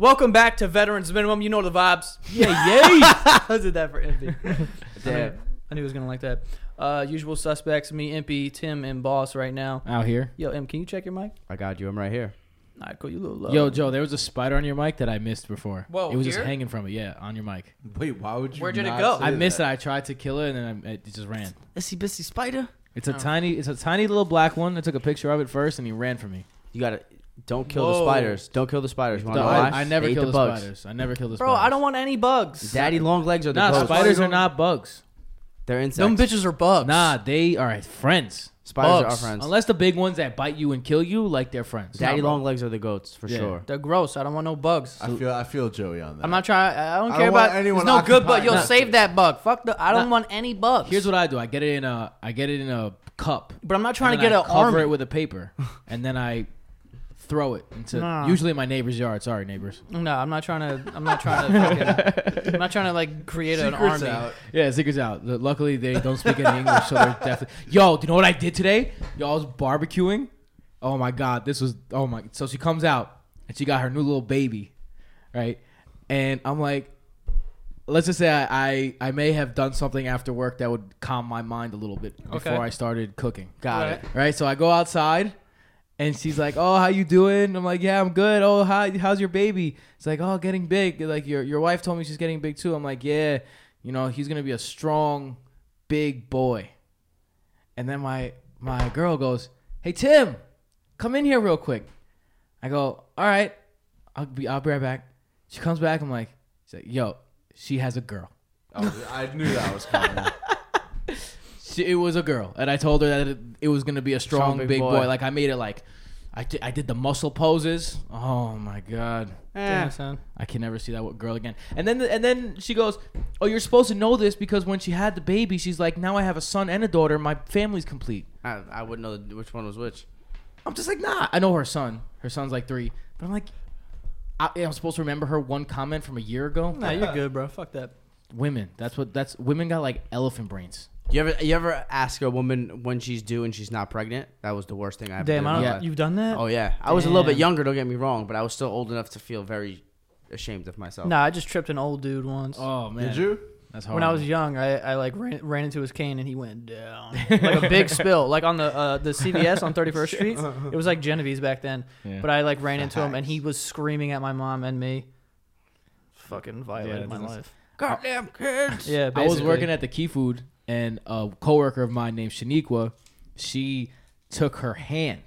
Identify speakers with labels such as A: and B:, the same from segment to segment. A: Welcome back to Veterans Minimum. You know the vibes.
B: Yeah, yay!
A: I did that for Impy.
B: Damn.
A: I knew he was gonna like that. Uh, usual suspects: me, Impy, Tim, and Boss. Right now.
B: Out here.
A: Yo, M, can you check your mic?
B: I got you. I'm right here.
A: All right, cool. You a little low.
B: Yo, Joe, there was a spider on your mic that I missed before.
A: Whoa,
B: it was
A: here?
B: just hanging from it. Yeah, on your mic.
C: Wait, why would you?
A: Where did it
C: not
A: go?
C: say
B: I missed
C: that?
B: it. I tried to kill it, and then I, it just ran.
D: Issy Bissy Spider.
B: It's a
A: Oh.
B: tiny, it's a tiny little black one. I took a picture of it first, and he ran from me.
D: You gotta don't kill
A: Whoa.
D: the spiders. Don't kill the spiders. Wanna
B: No,
D: know
B: I,
D: why?
B: I never
D: They eat
B: kill the,
D: the bugs.
B: spiders. I never kill the
A: bro.
B: spiders.
A: I don't want any bugs.
D: Daddy long legs are the
B: Nah,
D: ghosts.
B: spiders are not bugs.
D: They're insects.
A: Them bitches are bugs.
B: Nah, they are friends.
D: spiders are our
A: bugs.
D: friends.
B: Unless the big ones that bite you and kill you, like they're friends.
D: Daddy long legs are the goats for
B: Yeah.
D: sure.
A: they're gross. I don't want no bugs.
C: I feel I feel Joey on that.
A: I'm not trying. I don't
C: I
A: care
C: don't
A: about
C: want anyone
A: There's no good bug.
C: occupying
A: Yo,
C: that
A: save
C: space.
A: that bug. Fuck the. I don't
B: Nah.
A: want any bugs.
B: Here's what I do. I get it in a, I get it in a cup.
A: But I'm not trying
B: and
A: to get
B: then
A: an
B: I cover
A: army.
B: it with a paper, and then I throw it into
A: Nah.
B: usually my neighbor's yard. Sorry, neighbors.
A: no, I'm not trying to. I'm not trying to. Fucking, I'm not trying to like create an
C: Secret's
A: army.
C: out.
B: Yeah, secrets out. L- Luckily, they don't speak any English, so they're definitely. Yo, do you know what I did today? Yo, I was barbecuing. Oh my god, this was. Oh my. So she comes out and she got her new little baby, right? And I'm like, let's just say I I, I may have done something after work that would calm my mind a little bit before
A: Okay.
B: I started cooking.
D: Got
A: Right.
D: it.
B: Right, so I go outside, and she's like, "Oh, how you doing?" I'm like, "Yeah, I'm good." Oh, hi, how's your baby? It's like, "Oh, getting big." Like your your wife told me she's getting big too. I'm like, "Yeah, you know, he's gonna be a strong, big boy." And then my my girl goes, "Hey Tim, come in here real quick." I go, "All right, I'll be I'll be right back." She comes back. I'm like, she's like, "Yo, she has a girl."
C: I, was- I knew that was coming.
B: She, it was a girl, and I told her that it, it was gonna be a strong, big,
D: big
B: boy.
D: boy.
B: Like I made it like, I di- I did the muscle poses. Oh my god,
D: Eh.
A: Damn, son.
B: I can never see that wo- girl again. And then the, and then she goes, oh, you're supposed to know this because when she had the baby, she's like, now I have a son and a daughter. My family's complete.
D: I, I wouldn't know which one was which.
B: I'm just like, nah. I know her son. Her son's like three, but I'm like. I, I'm supposed to remember her one comment from a year ago.
A: Nah, you're good, bro. Fuck that.
B: Women, that's what that's. Women got like elephant brains.
D: You ever you ever ask a woman when she's due and she's not pregnant? That was the worst thing I ever
A: Damn,
D: did.
A: I don't,
B: Yeah.
A: you've done that?
D: Oh yeah, I was a little bit
B: Damn.
D: younger. Don't get me wrong, but I was still old enough to feel very ashamed of myself.
A: Nah, I just tripped an old dude once.
B: Oh man,
C: Did you?
B: That's hard.
A: when I was young, I, I like ran, ran into his cane and he went down like a big spill, like on the uh, the CVS on 31st Street. It was like Genevieve's back then,
B: Yeah.
A: but I like ran into him and he was screaming at my mom and me. Fucking violated my
B: doesn't-
A: life.
D: Goddamn kids.
A: Yeah, basically.
B: I was working at the Key Food, and a coworker of mine named Shaniqua, she took her hand,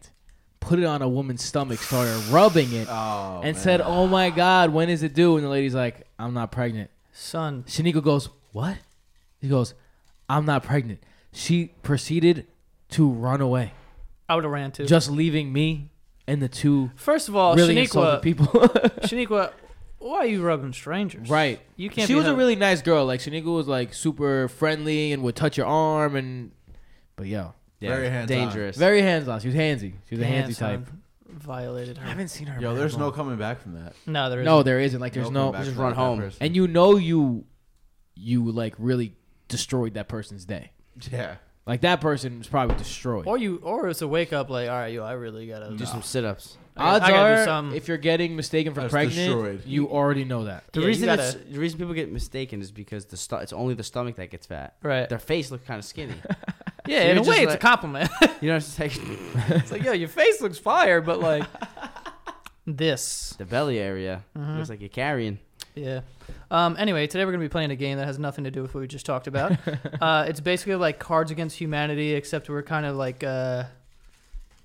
B: put it on a woman's stomach, started rubbing it,
C: Oh,
B: and said, "Oh my God, when is it due?" And the lady's like, "I'm not pregnant."
A: son.
B: Shaniqua goes, "What?" He goes, "I'm not pregnant." She proceeded to run away,
A: I would have ran too.
B: just leaving me and the two
A: First of all,
B: really insulted
A: Oh, Shaniqua,
B: people.
A: Shaniqua, why are you rubbing strangers?
B: right.
A: You can't.
B: she
A: be
B: was a
A: held-
B: really nice girl. Like Shaniqua was like super friendly and would touch your arm and, but yo,
C: Very hands-on.
D: dangerous.
B: very hands on. She was handsy. She was
A: Damn,
B: a handsy
A: son.
B: type.
A: Violated
B: I
A: her.
B: haven't seen her.
C: Yo,
B: mad
C: there's no
B: long.
C: coming back from that.
A: No, there is
B: no, there isn't. Like, there's no,
C: coming back
D: just
C: from
D: run
C: that
D: home.
C: person.
B: and you know you, you like really destroyed that person's day.
C: yeah,
B: Like that person was probably destroyed.
A: Or you, or it's a wake up. Like, all right, yo, I really gotta.
D: Do some sit ups.
A: I
B: Odds
A: gotta- I gotta do
B: are,
A: something.
B: if you're getting mistaken for
C: That's
B: pregnant,
C: destroyed.
B: you already know that.
D: The
A: Yeah, you
D: reason
A: gotta-
D: it's, the reason people get mistaken is because the stu- it's only the stomach that gets fat.
A: Right.
D: Their face looks kind of skinny.
A: yeah,
D: so
A: in
D: you're
A: a way,
D: just
A: it's a
D: like-
A: compliment.
D: you know, it's like
A: it's like, yo, your face looks fire, but like this.
D: the belly area
A: Mm-hmm.
D: looks like you're carrying.
A: Yeah. Um, anyway, today we're going to be playing a game that has nothing to do with what we just talked about. uh, it's basically like Cards Against Humanity, except we're kind of like uh,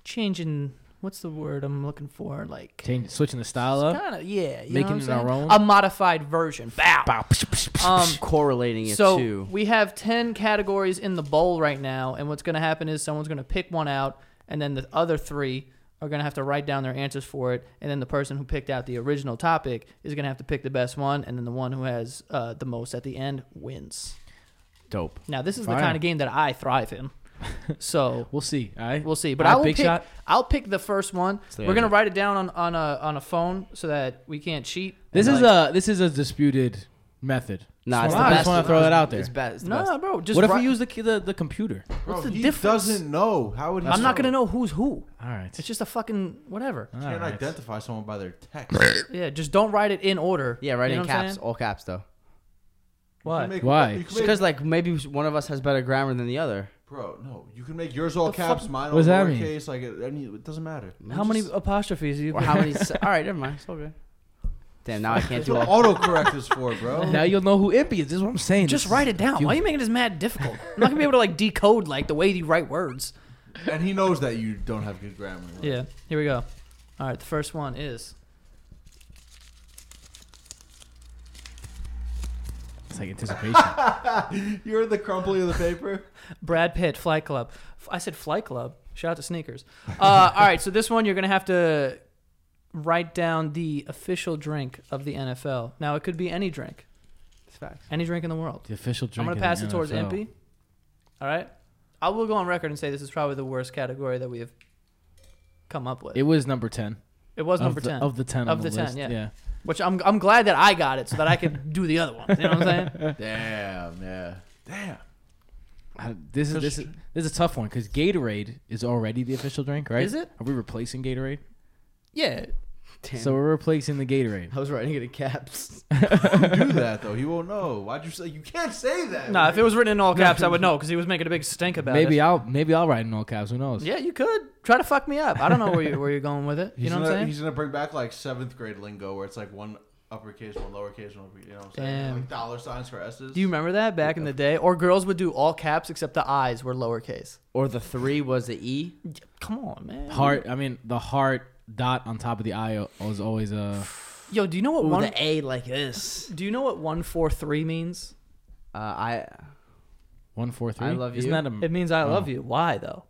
A: changing. What's the word I'm looking for? Like.
B: Change, switching the style up.
A: Kind of, yeah. You know what
B: Making it
A: I'm
B: our
A: saying?
B: own?
A: A modified version. Bow.
B: Bow, psh, psh, psh.
A: Um,
D: Correlating it
A: so
D: to
A: we have 10 categories in the bowl right now and what's going to happen is someone's going to pick one out and then the other three are going to have to write down their answers for it and then the person who picked out the original topic is going to have to pick the best one and then the one who has uh, the most at the end wins
D: dope.
A: now this is
B: Fire.
A: the kind of game that i thrive in so
B: we'll see. All right.
A: We'll see, but
B: All
A: I
B: right,
A: will
B: big
A: pick.
B: shot.
A: I'll pick the first one.
D: the
A: We're gonna
D: idea.
A: write it down on on a on a phone so that we can't cheat.
B: This
A: And,
B: is
A: like-
B: a this is a disputed method.
D: Nah, it's
B: Wow,
D: the
B: I
D: best.
B: just want to throw that out there.
D: It's best. It's the
A: no,
D: best.
A: no, bro. Just
B: what if
A: write-
B: we use the the, the computer?
C: Bro,
A: the
C: he
A: difference?
C: doesn't know. How would he?
A: I'm not
C: know?
A: gonna know who's who.
B: All right.
A: It's just a fucking whatever.
C: You can't
B: Alright.
C: identify someone by their text.
A: Yeah, just don't write it in order.
D: Yeah, right
A: You know
D: in
A: what I'm
D: caps,
A: saying?
D: all caps though.
C: You
A: Why?
C: make-
B: Why?
C: you can make-
D: Because like maybe one of us has better grammar than the other.
C: bro, no, you can make yours all
A: The
C: caps,
A: fuck-
C: mine
B: What
C: all
B: does that mean?
C: lowercase. Like, it, any- it doesn't matter.
A: How many apostrophes do you?
D: Or how many? se- all right, never mind. It's all good. Damn, now I can't
C: That's
D: do
C: what
D: all.
C: autocorrect is for, bro.
B: now you'll know who Impy is. This is what I'm saying.
A: Just
B: This
A: write
B: is-
A: it down. Why are you making this mad difficult? I'm not gonna be able to like decode like the way you write words.
C: and he knows that you don't have good grammar. right?
A: Yeah. Here we go. All right. The first one is
B: It's like anticipation.
C: You're the crumply of the paper.
A: Brad Pitt Flight Club. F- I said Flight Club. Shout out to sneakers. Uh, all right. So this one you're gonna have to write down the official drink of the NFL. Now it could be any drink,
D: It's facts.
A: any drink in the world.
B: the official drink.
A: I'm gonna
B: of
A: pass
B: the
A: it towards
B: NFL.
A: Impy. All right, I will go on record and say this is probably the worst category that we have come up with.
B: It
A: It,
B: was number ten.
A: was
B: of
A: number
B: the,
A: ten,
B: of the ten
A: Of
B: on
A: the 10,
B: list.
A: yeah. which I'm I'm glad that I got it so that I could do the other one. You know what I'm saying?
C: Damn, yeah. Damn.
B: Uh, This is this is this is a tough one because Gatorade is already the official drink, right?
A: Is it?
B: Are we replacing Gatorade?
A: Yeah,
D: Damn.
B: So we're replacing the Gatorade.
D: I was writing it in caps.
C: Do that though. He won't know. Why'd you say? You can't say that.
A: nah. If it was written in all caps, I would know because he was making a big stink about
B: Maybe
A: it.
B: I'll maybe I'll write in all caps. Who knows?
A: Yeah, you could try to fuck me up. I don't know where you where you're going with it. You
C: He's
A: know
C: gonna,
A: what I'm saying?
C: He's gonna bring back like seventh grade lingo where it's like one uppercase, one lowercase, one. upper- You know what I'm saying?
A: Damn.
C: Like dollar signs for s's.
A: Do you remember that back in the day? Or girls would do all caps except the eyes were lowercase.
D: or the three was the E.
A: Come on, man.
B: Heart. I mean, the heart dot on top of the I o- was always a.
A: Yo, do you know what
D: Or
A: one?
D: the A like this.
A: do you know what one four three means?
D: Uh, I
B: One four three.
D: I love
B: Isn't
D: you.
B: that Oh. a?
A: It means I love you. Why though?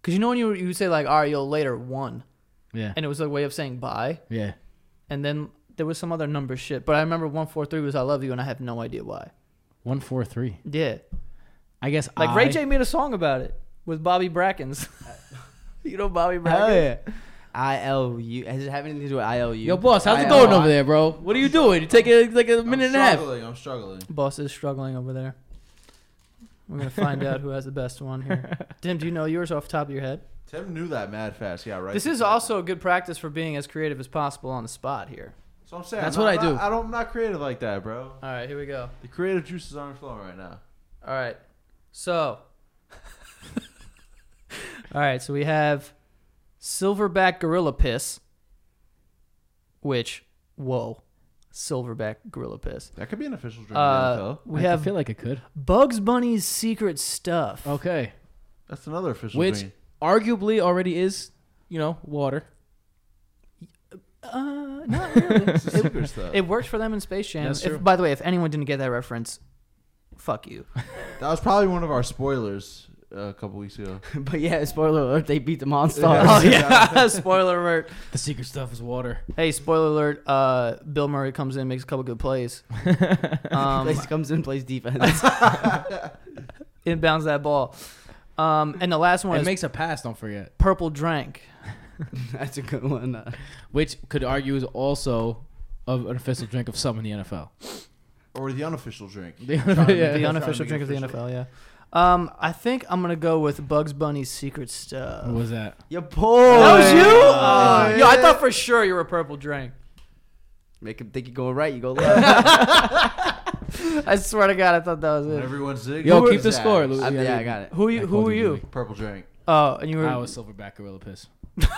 A: Because you know when you you say like, "All right, yo, later one,"
B: yeah.
A: and it was a way of saying bye,
B: yeah.
A: and then there was some other number shit. But I remember one four three was "I love you," and I have no idea why.
B: One four three.
A: Yeah,
B: I guess
A: like
B: I,
A: Ray J made a song about it with Bobby Brackens. you know Bobby Brackens?
D: I L U. Has it have anything to do with I L U?
B: Yo, boss, how's it going over there, bro? What are you doing? You taking like a
C: I'm
B: minute and a half.
C: struggling. I'm struggling.
A: Boss is struggling over there. We're gonna find out who has the best one here. Tim, do you know yours off the top of your head?
C: Tim knew that mad fast. Yeah, right.
A: This is also good practice for being as creative as possible on the spot here.
C: So I'm saying
B: That's
C: I'm
B: what
C: not-
B: I do.
C: I'm not- I don't. I'm not creative like that, bro.
A: All right, here we go.
C: The creative juices aren't flowing right now.
A: All right. So, all right. So we have silverback gorilla piss, which whoa, silverback gorilla piss.
C: That could be an official drink. in the
A: Uh,
C: NFL.
A: we
B: I
A: have
B: feel like it could.
A: Bugs Bunny's secret stuff.
B: Okay.
C: That's another official
B: Which
C: drink.
B: arguably already is, you know, water.
A: Uh, not really.
C: It's a secret stuff.
A: it worked for them in Space Jam.
B: That's true.
A: If, by the way, if anyone didn't get that reference, fuck you.
C: That was probably one of our spoilers uh, a couple weeks ago.
D: but yeah, spoiler alert, they beat the Monstars.
A: Oh yeah, spoiler alert.
B: The secret stuff is water.
A: Hey, spoiler alert. Uh, Bill Murray comes in, makes a couple good plays. Um,
D: Place comes in, plays defense.
A: inbounds that ball. Um, and the last one
B: It
A: is
B: makes a pass. Don't forget,
A: purple drank.
D: That's a good one. Uh,
B: which could argue is also of an official drink of some in the NFL.
C: Or the unofficial drink.
B: The-
C: Trying
B: yeah.
C: to make-
A: the
C: trying to
A: unofficial
C: make it
A: drink of the
C: official.
A: NFL. Yeah. Um, I think I'm gonna go with Bugs Bunny's secret stuff.
B: What was that?
D: you boy.
A: That was you? Oh, yo, I thought for sure you were purple drink.
D: Make him think you're going right. You go left.
A: I swear to God, I thought that was
C: When
A: it.
C: Everyone zigs.
B: Yo,
C: who
B: keep
C: is
B: the
C: that?
B: score. Lou.
D: I-
B: Yeah,
D: yeah, I
B: you-
D: got it.
A: Who you?
B: I
A: Who
B: called
A: were
B: you
A: you?
B: Louis.
C: Purple drink.
A: Oh, and you were.
B: I was silverback gorilla piss.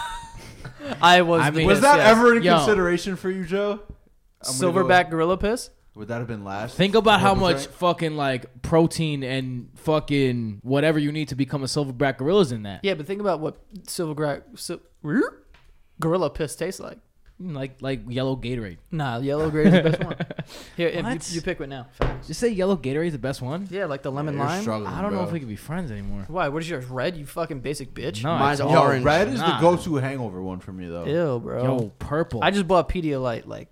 A: I was.
B: I
A: the
B: mean-
C: Was
A: piss,
C: that
A: yes.
C: ever in
B: Yo.
C: consideration for you, Joe? I'm gonna go with-
A: silverback gorilla piss?
C: Would that have been last?
B: Think about how
C: Purple
B: much
C: drink?
B: fucking like protein and fucking whatever you need to become a silverback gorilla is in that.
A: Yeah, but think about what silverback sil- gorilla piss tastes like.
B: Like like yellow Gatorade.
A: Nah, yellow grape is the best one. Here, Em,
B: What?
A: you, you pick one now.
B: Just say yellow Gatorade is the best one.
A: Yeah, like the lemon
C: You're
A: lime.
C: struggling,
B: I don't know
C: bro.
B: if we could be friends anymore.
A: Why? What is yours? Red? You fucking basic bitch.
B: No,
D: Mine's
B: it's-
C: Yo,
D: orange.
C: red is
B: Nah.
C: the go-to hangover one for me though.
A: Ew, bro.
B: yo purple.
A: I just bought Pedialyte like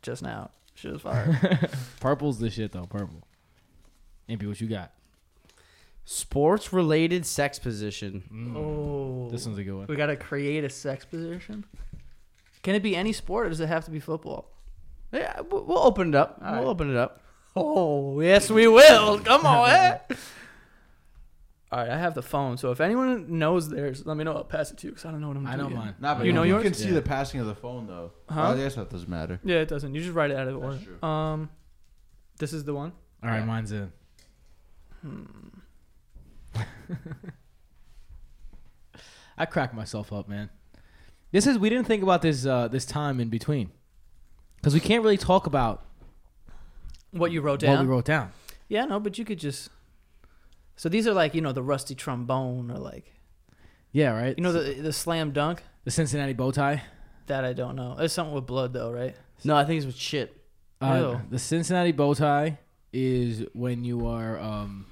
A: just now. Shit was fire.
B: Purple's the shit though. Purple. Impy, what you got?
D: Sports related sex position.
A: oh,
B: This one's a good one.
A: we gotta create a sex position. Can it be any sport, or does it have to be football?
D: Yeah, we- we'll open it up. we'll open it up.
A: Oh, yes, we will. Come on. eh? All right, I have the phone, so if anyone knows theirs, let me know. I'll pass it to you because I don't know what I'm doing.
B: I know mine.
C: Nah, but
A: You
C: you
A: know
C: know you
A: yours?
C: can see
B: Yeah.
C: the passing of the phone though.
A: Huh?
C: I guess that doesn't matter.
A: Yeah, it doesn't. You just write it out of order.
C: true.
A: Um, this is the one.
B: All right, mine's in. Hmm. I crack myself up, man. This is we didn't think about this uh, this time in between because we can't really talk about
A: What you wrote
B: what
A: down?
B: we wrote down.
A: Yeah, no, but you could just. So these are like you know the rusty trombone or like
B: Yeah, right.
A: you know the the slam dunk
B: the Cincinnati bow tie.
A: that I don't know. It's something with blood though, right?
D: No, I think it's with shit.
B: Uh,
A: Ew.
B: the Cincinnati bow tie is when you are um,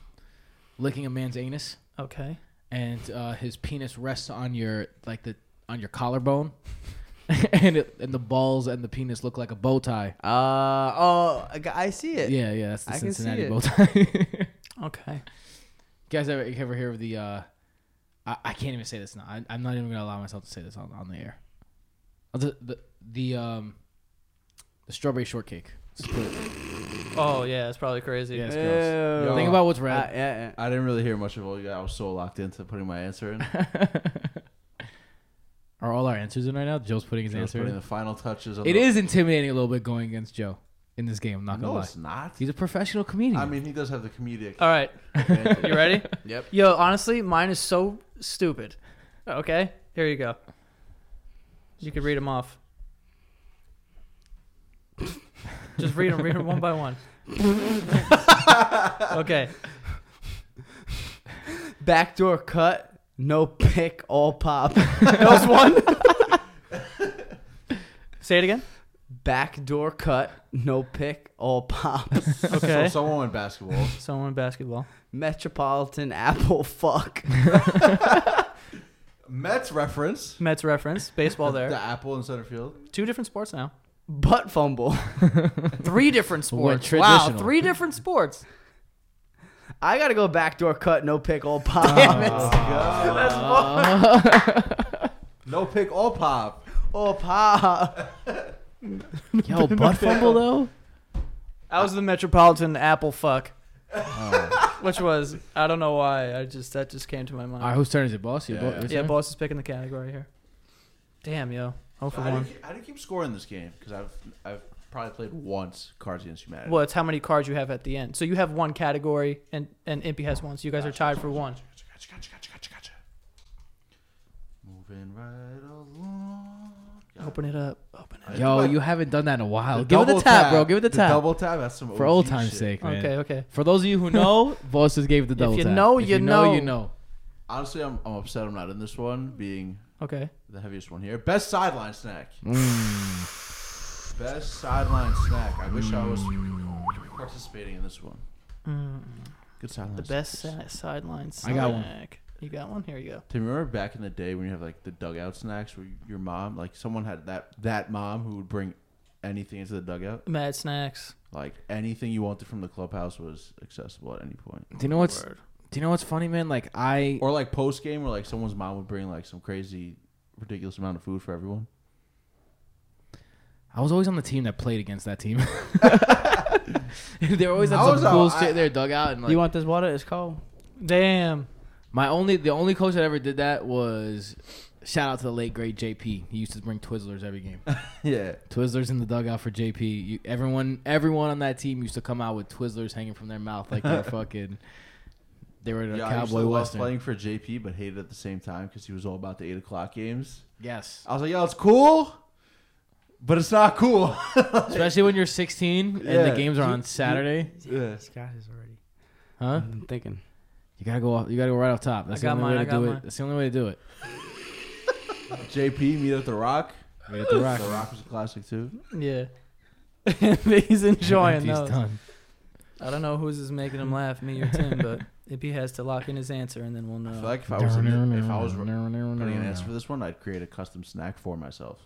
B: licking a man's anus
A: Okay.
B: and uh, his penis rests on your like the on your collarbone, and it, and the balls and the penis look like a bow tie.
D: Uh oh, I got- I see it.
B: Yeah, yeah, that's the
D: I can see
B: Cincinnati
D: it.
B: bow tie.
A: Okay.
B: You guys ever, you ever hear of the? Uh, I, I can't even say this now. I, I'm not even gonna allow myself to say this on, on the air. Uh, The the the um, the strawberry shortcake. Let's put it-
A: Oh yeah, it's probably crazy.
B: yeah, it's
D: Ew.
B: gross.
C: Yo.
B: Think about what's
D: Uh,
B: red.
D: yeah, yeah.
C: I didn't really hear much of all you. I was so locked into putting my answer in.
B: Are all our answers in right now? Joe's putting his
C: I was
B: answer.
C: putting
B: in.
C: the final touches. On
B: It
C: the,
B: is intimidating a little bit going against Joe in this game. I'm not gonna
C: No,
B: lie.
C: it's not.
B: He's a professional comedian.
C: I mean, he does have the comedic.
A: All right,
C: advantage.
A: you ready?
D: Yep.
A: Yo, honestly, mine is so stupid. Okay, here you go. You can read them off. Just read them, read them one by one. okay.
D: Backdoor cut, no pick, all pop. that was one.
A: Say it again.
D: Backdoor cut, no pick, all pop.
C: So
A: Okay.
C: someone went basketball.
A: Someone basketball.
D: Metropolitan apple fuck.
C: Mets reference.
A: Mets reference. Baseball
C: The
A: there.
C: apple in center field.
A: Two different sports now.
D: Butt fumble.
A: Three different
B: We're
A: sports. Wow,
B: traditional.
A: three different sports.
D: I gotta go backdoor cut, no pick, all pop. Damn it.
B: Ah.
C: No pick, all pop.
D: All pop.
B: yo, butt fumble though.
A: That was the Metropolitan Apple fuck. Which was I don't know why. I just that just came to my mind.
B: All right, whose turn is it, boss? Your
C: Yeah.
B: bo- your
A: Yeah,
B: turn?
A: boss is picking the category here. Damn, yo. Oh for
C: How do, you,
A: one.
C: keep- how do you keep scoring this game? Because I've I've probably played once Cards Against Humanity.
A: Well, it's how many cards you have at the end. So you have one category, and and Impy has one. So you guys are tied for one.
C: Gotcha, gotcha, gotcha, gotcha, gotcha, gotcha. Moving right along.
A: Open it up. Open it.
B: Yo, you haven't done that in a while. Give it the tap, bro. Give it the tap.
C: double tap. That's some
B: For
C: OG
B: old time's
C: shit.
B: sake, man.
A: Okay, okay.
B: For those of you who know, boss just gave the double
A: you
B: tap.
A: know, you know.
B: you know.
C: Honestly, I'm, I'm upset I'm not in this one, being
A: Okay.
C: the heaviest one here. Best sideline snack.
B: Mm. Mm.
C: Best sideline snack. I wish I was participating in this one. Good sound.
A: The best si- sideline snack.
B: I got one.
A: You got one? Here you go.
C: Do you remember back in the day when you have like the dugout snacks where your mom, like someone had that that mom who would bring anything into the dugout?
A: Mad snacks.
C: Like anything you wanted from the clubhouse was accessible at any point.
B: Do you know what's Do you know what's funny, man? Like I
C: Or like post game where like someone's mom would bring like some crazy ridiculous amount of food for everyone.
B: I was always on the team that played against that team. they were always had
C: I
B: some
C: was
B: cool
C: out-
B: shit in their dugout. And like,
D: you want this water? It's cold.
A: Damn.
B: my only the only coach that ever did that was shout out to the late great JP. He used to bring Twizzlers every game.
C: Yeah.
B: Twizzlers in the dugout for JP. You, everyone everyone on that team used to come out with Twizzlers hanging from their mouth like they were fucking. They were in a
C: Yeah, I used to
B: cowboy
C: love
B: western.
C: playing for JP, but hated at the same time because he was all about the eight o'clock games.
B: Yes,
C: I was like, yo, it's cool, but it's not cool.
B: especially when you're 16 and
C: Yeah.
B: the games are on Saturday.
C: yeah.
D: This guy is already.
B: Huh?
D: I'm thinking.
B: You gotta go. Off, you gotta go right off top. That's the
A: got
B: only
A: mine,
B: way
A: I
B: to
A: got
B: do
A: mine.
B: it. That's the only way to do it.
C: JP meet at the Rock.
B: Right at the rock.
C: The Rock was a classic too.
A: Yeah. He's enjoying
B: He's
A: those.
B: done.
A: I don't know who's is making him laugh, me or Tim, but if he has to lock in his answer, and then we'll
C: I
A: know.
C: feel like if I was in it, if I was putting an answer for this one, I'd create a custom snack for myself.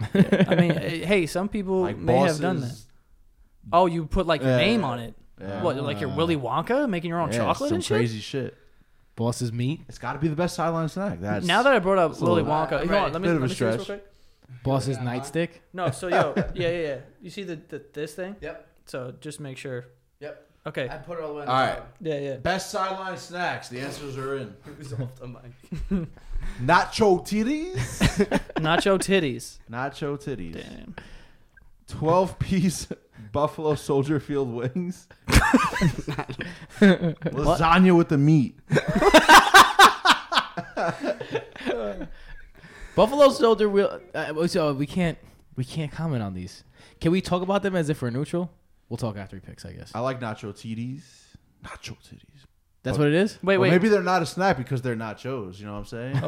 A: I mean, eh, hey, some people
C: Like
A: may have done that.
C: bosses,
A: Oh, you put like your
C: Yeah.
A: name on it.
C: Yeah.
A: What, like your Willy Wonka, making your own
C: yeah,
A: Oh, chocolate
C: some
A: and shit.
C: crazy shit.
B: Boss's meat.
C: It's got to be the best sideline snack. That's
A: now that I brought up
C: a
A: Willy
C: little-
A: Wonka,
C: Uh,
A: hold
C: right.
A: on, let me,
C: Bit of
A: let
C: a
A: me see this real
C: stretch.
A: quick.
B: Boss's nightstick.
A: No, so yo, yeah, yeah, yeah. You see the, the this thing?
D: Yep.
A: So just make sure.
D: Yep.
A: Okay.
D: put it all the way.
C: All right,
A: Yeah, yeah.
C: best sideline snacks. The answers are in
D: off the mic.
C: nacho titties.
A: Nacho titties.
C: nacho titties.
A: Damn.
C: Twelve piece buffalo soldier field wings. Lasagna with the meat.
B: Buffalo Soldier. Will. Uh, so we can't. We can't comment on these. Can we talk about them as if we're neutral? We'll talk after he picks, I guess.
C: I like nacho titties. Nacho titties.
B: That's what it is.
A: Wait,
C: Well,
A: wait.
C: maybe they're not a snack because they're nachos. You know what I'm saying?
A: Oh,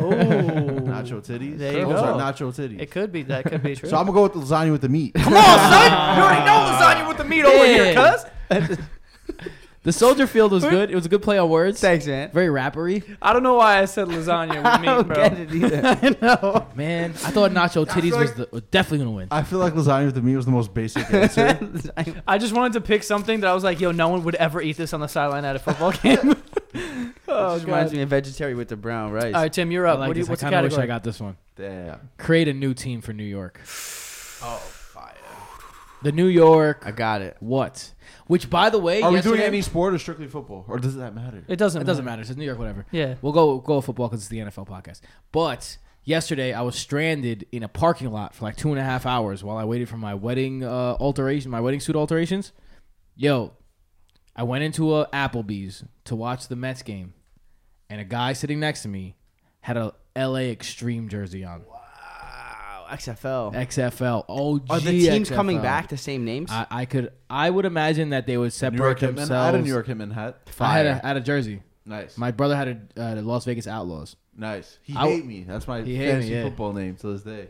C: Nacho titties.
A: There you
C: Those
A: go.
C: are nacho titties.
A: It could be. That could be true.
C: So I'm gonna go with the lasagna with the meat.
A: Come on, son. You already know lasagna with the meat over here,
B: Yeah.
A: cuz.
B: The Soldier Field was good. It was a good play on words.
D: Thanks, man.
B: Very rappery.
A: I don't know why I said lasagna with meat, bro.
D: it either.
B: Man, I thought Nacho Titties was,
C: like-
B: the, was definitely gonna win.
C: I feel like lasagna with the meat was the most basic answer.
A: I just wanted to pick something that I was like, yo, no one would ever eat this on the sideline at a football game.
D: It
A: oh,
D: just reminds
A: God.
D: me of vegetarian with the brown rice.
A: All right, Tim, you're
B: I
A: up.
B: like
A: what do you,
B: this. I
A: what's the
B: kinda wish
A: category?
B: I got this one.
C: Damn.
B: Create a new team for New York.
C: Oh, fire.
B: The New York
D: I got it.
B: what? Which, by the way,
C: Are we doing
B: yesterday-
C: any sport or strictly football, or does that matter?
A: It doesn't.
B: It doesn't matter. It's New York, whatever.
A: Yeah.
B: We'll go go with football because it's the NFL podcast. But yesterday, I was stranded in a parking lot for like two and a half hours while I waited for my wedding uh, alteration, my wedding suit alterations. Yo, I went into a Applebee's to watch the Mets game, and a guy sitting next to me had a LA Extreme jersey on.
D: Wow, XFL.
B: XFL. Oh,
D: Are the teams coming back the same names?
B: I, I could. I would imagine that they would
C: New
B: separate
C: York Hitman. I had
B: themselves.
C: a New York Hitman hat.
B: I had a, I had a jersey.
C: Nice,
B: My brother had a uh, the Las Vegas Outlaws.
C: nice. He
B: I-
C: hate me. That's my
B: He Hate Me,
C: fantasy
B: yeah.
C: football name to this day.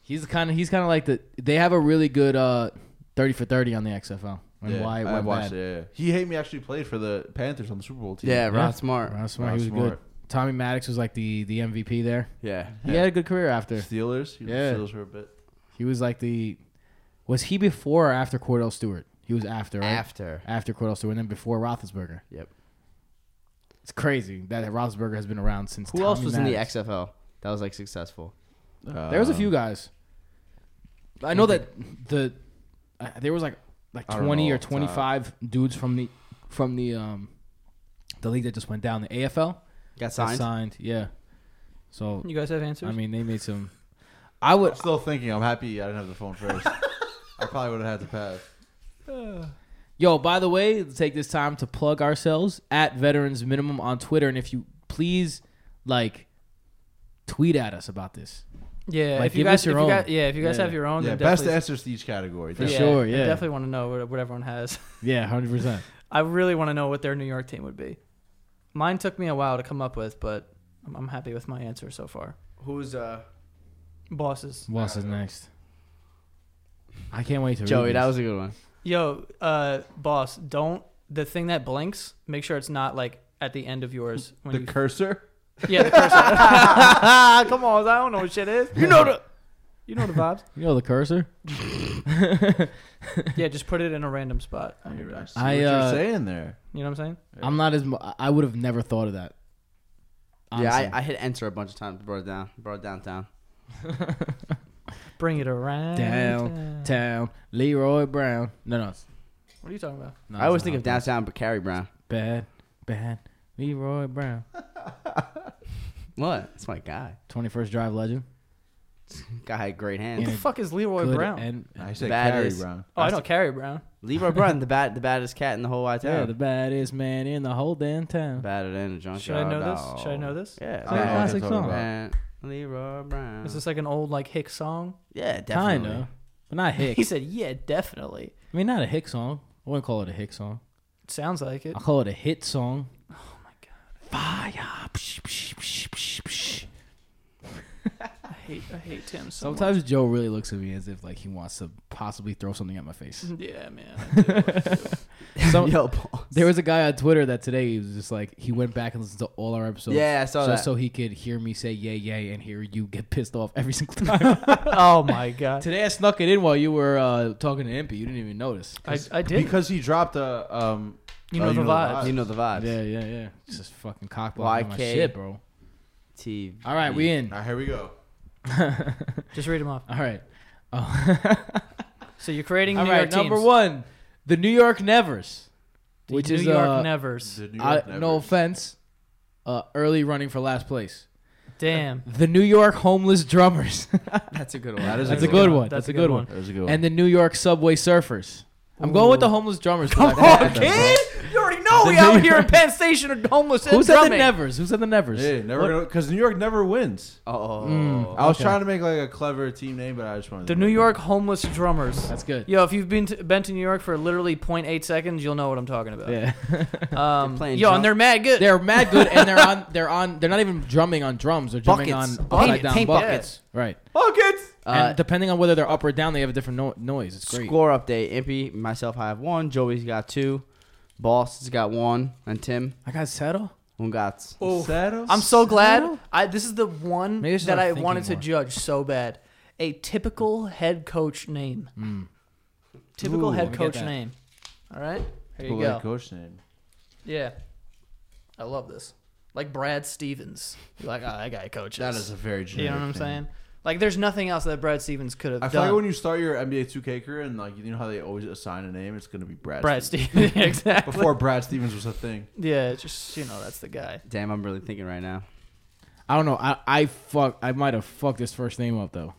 B: He's the kind of he's kind of like the they have a really good uh, thirty for thirty on the XFL and
C: Yeah,
B: why it
C: I
B: went
C: watched
B: bad.
C: it. yeah, yeah. He hate me. Actually played for the Panthers on the Super Bowl team.
D: yeah,
B: Yeah.
D: Rod Smart.
B: Ron Smart,
C: Ron
B: he was
C: Smart.
B: good. Tommy Maddox was like the the MVP there.
D: Yeah.
B: He had a good career after.
C: Steelers. He was
B: Yeah.
C: Steelers for a bit.
B: He was like the was he before or after Cordell Stewart? He was after right?
D: After.
B: after Cordell Stewart and then before Roethlisberger.
D: Yep.
B: It's crazy that Roethlisberger has been around since.
D: Who else
B: Tommy
D: was in the
B: Maddox.
D: XFL that was like successful?
B: There
C: Uh,
B: was a few guys. I know that the uh, there was like like
C: I don't
B: twenty
C: know
B: or
C: off the top.
B: twenty five dudes from the from the um the league that just went down the AFL
D: Got
B: that
D: signed.
B: signed yeah. So
A: You guys have answers?
B: I mean, they made some. I would.
C: I'm still thinking. I'm happy I didn't have the phone first. I probably would have had to pass.
B: Yo, by the way, take this time to plug ourselves at Veterans Minimum on Twitter, and if you please, like, tweet at us about this.
A: yeah,
B: like,
A: if you
B: give
A: guys,
B: us your
A: if you
B: own.
A: guys- yeah, if you guys
B: Yeah.
A: have your own,
C: Yeah,
A: then
C: best
A: definitely-
C: answers to each category.
B: Oh, For sure, yeah.
A: I definitely want to know what, what everyone has.
B: Yeah, hundred percent.
A: I really want to know what their New York team would be. Mine took me a while to come up with, but I'm, I'm happy with my answer so far.
D: Who's uh
A: Bosses.
B: What's is next? I can't wait to. read
D: Joey?
B: this.
D: That was a good one.
A: Yo, uh, boss, don't the thing that blinks, make sure it's not like at the end of yours. When
C: The
A: you,
C: cursor.
A: yeah, the cursor. Come on, I don't know what shit is. You know the, you know the vibes.
B: You know the cursor.
A: Yeah, just put it in a random spot.
C: I, see what
B: I,
C: you're
B: uh,
C: saying there.
A: You know what I'm saying?
B: I'm not as. mu- I would have never thought of that.
D: Yeah,
B: Honestly.
D: I, I hit enter a bunch of times. Brought it down. Brought it downtown.
A: Bring it around.
B: downtown Leroy Brown. No, no, it's-
A: What are you talking about?
B: no
D: I always
B: it's
D: think
B: not
D: of downtown, but Carrie Brown.
B: bad, bad Leroy Brown.
D: What? That's my guy.
B: 21st Drive legend.
D: Guy had great
A: What
D: hands.
A: the fuck is Leroy
B: Good
A: Brown?
B: and-
C: I said
D: That
C: Carrie
D: is-
C: Brown.
A: oh, I don't carry Brown.
D: Leroy Brown, the bad, the baddest cat in the whole wide
B: yeah,
D: town.
B: the baddest man in the whole damn town.
D: Badder than a
B: Oh,
D: junkyard.
A: Should I know this? Should I know
D: dog.
A: this?
D: Yeah.
C: I don't know what
B: classic
C: you're talking
B: song.
C: about.
D: Bad- Oh, Leroy Brown.
A: Is this like an old like Hick song?
D: yeah, definitely.
B: Kinda, but not Hick.
A: He said, "Yeah, definitely."
B: I mean, not a Hick song. I wouldn't call it a Hick song.
A: It sounds like it.
B: I call it a hit song.
D: Oh
A: I hate, I hate Tim so much.
B: Sometimes Joe really looks at me as if like he wants to possibly throw something at my face.
A: Yeah, man. I do, I do.
B: Some,
D: Yo, Paul.
B: There was a guy on Twitter that today he was just like he went back and listened to all our episodes.
D: Yeah, I saw
B: just
D: that.
B: so he could hear me say yay yay and hear you get pissed off every single time.
A: oh my god.
B: today I snuck it in while you were uh, talking to Impy. You didn't even notice.
A: I, I did.
C: because he dropped a um.
A: You
C: oh,
A: know the vibes.
D: You know the vibes.
B: Yeah, yeah, yeah. It's Just fucking cock blocking my
D: YK.
B: shit, bro.
D: TV.
B: All right, we in.
C: Now here we go.
A: Just read them off.
B: All right. Oh.
A: So you're creating
B: all
A: New
B: right.
A: York
B: Number
A: teams.
B: one, the New York Nevers,
A: The
B: which
A: New
B: is
A: York
B: uh,
A: Nevers.
C: The New
B: I-
C: York Nevers.
B: no offense, uh, early running for last place.
A: Damn.
B: The New York homeless drummers.
D: That's a good one.
C: That is
B: That's a good one.
A: That's a good one.
C: That was a good one.
B: and the New York subway surfers. I'm going with the homeless drummers. 'cause I
A: Come on,
B: forgot them, bro.
A: Oh, kid. You already know we out here in Penn Station are homeless and
B: Who's at the
A: drumming.
B: Nevers? Who's at the Nevers? Hmm.
C: Hey, never because New York never wins.
D: Oh.
C: I was trying to make like a clever team name, but I just wanted
A: the
C: to
A: New
C: make-
A: York homeless drummers.
B: That's good.
A: Yo, if you've been to, been to New York for literally 0.8 seconds, you'll know what I'm talking about.
B: Yeah,
A: Um,
D: They're playing
A: yo,
D: drum-
A: and they're mad good.
B: they're mad good, and they're on. They're on. They're not even drumming on drums. They're drumming
D: Buckets.
B: on
D: Buckets.
B: upside down
D: Paint
B: buckets. Right.
A: buckets.
D: Uh,
B: and depending on whether they're up or down, they have a different no- noise. It's great.
D: Score update. Impy, myself, I have one. Joey's got two. Boss has got one. And Tim,
B: I got settle.
D: one got.
C: Saddles?
A: I'm so glad. I this is the one
B: Maybe I should
A: that
B: start
A: I
B: thinking
A: wanted to
B: more.
A: judge so bad. A typical head coach name. Typical
B: Ooh, let
A: head
B: me get
A: coach
B: that.
A: name. All right. There you
C: People
A: go.
C: like coach name.
A: Yeah. I love this. Like Brad Stevens. You're like, oh, that guy coaches.
C: That is a very
A: You know what I'm saying? Like, there's nothing else that Brad Stevens could have
C: I feel
A: done.
C: like when you start your NBA 2K career and like you know how they always assign a name, it's gonna be Brad.
A: Brad
C: Stevens.
A: Stevens. Yeah, exactly.
C: Before Brad Stevens was a thing.
A: Yeah, it's just, you know, that's the guy.
D: Damn, I'm really thinking right now.
B: I don't know. I I fuck. I might have fucked his first name up though.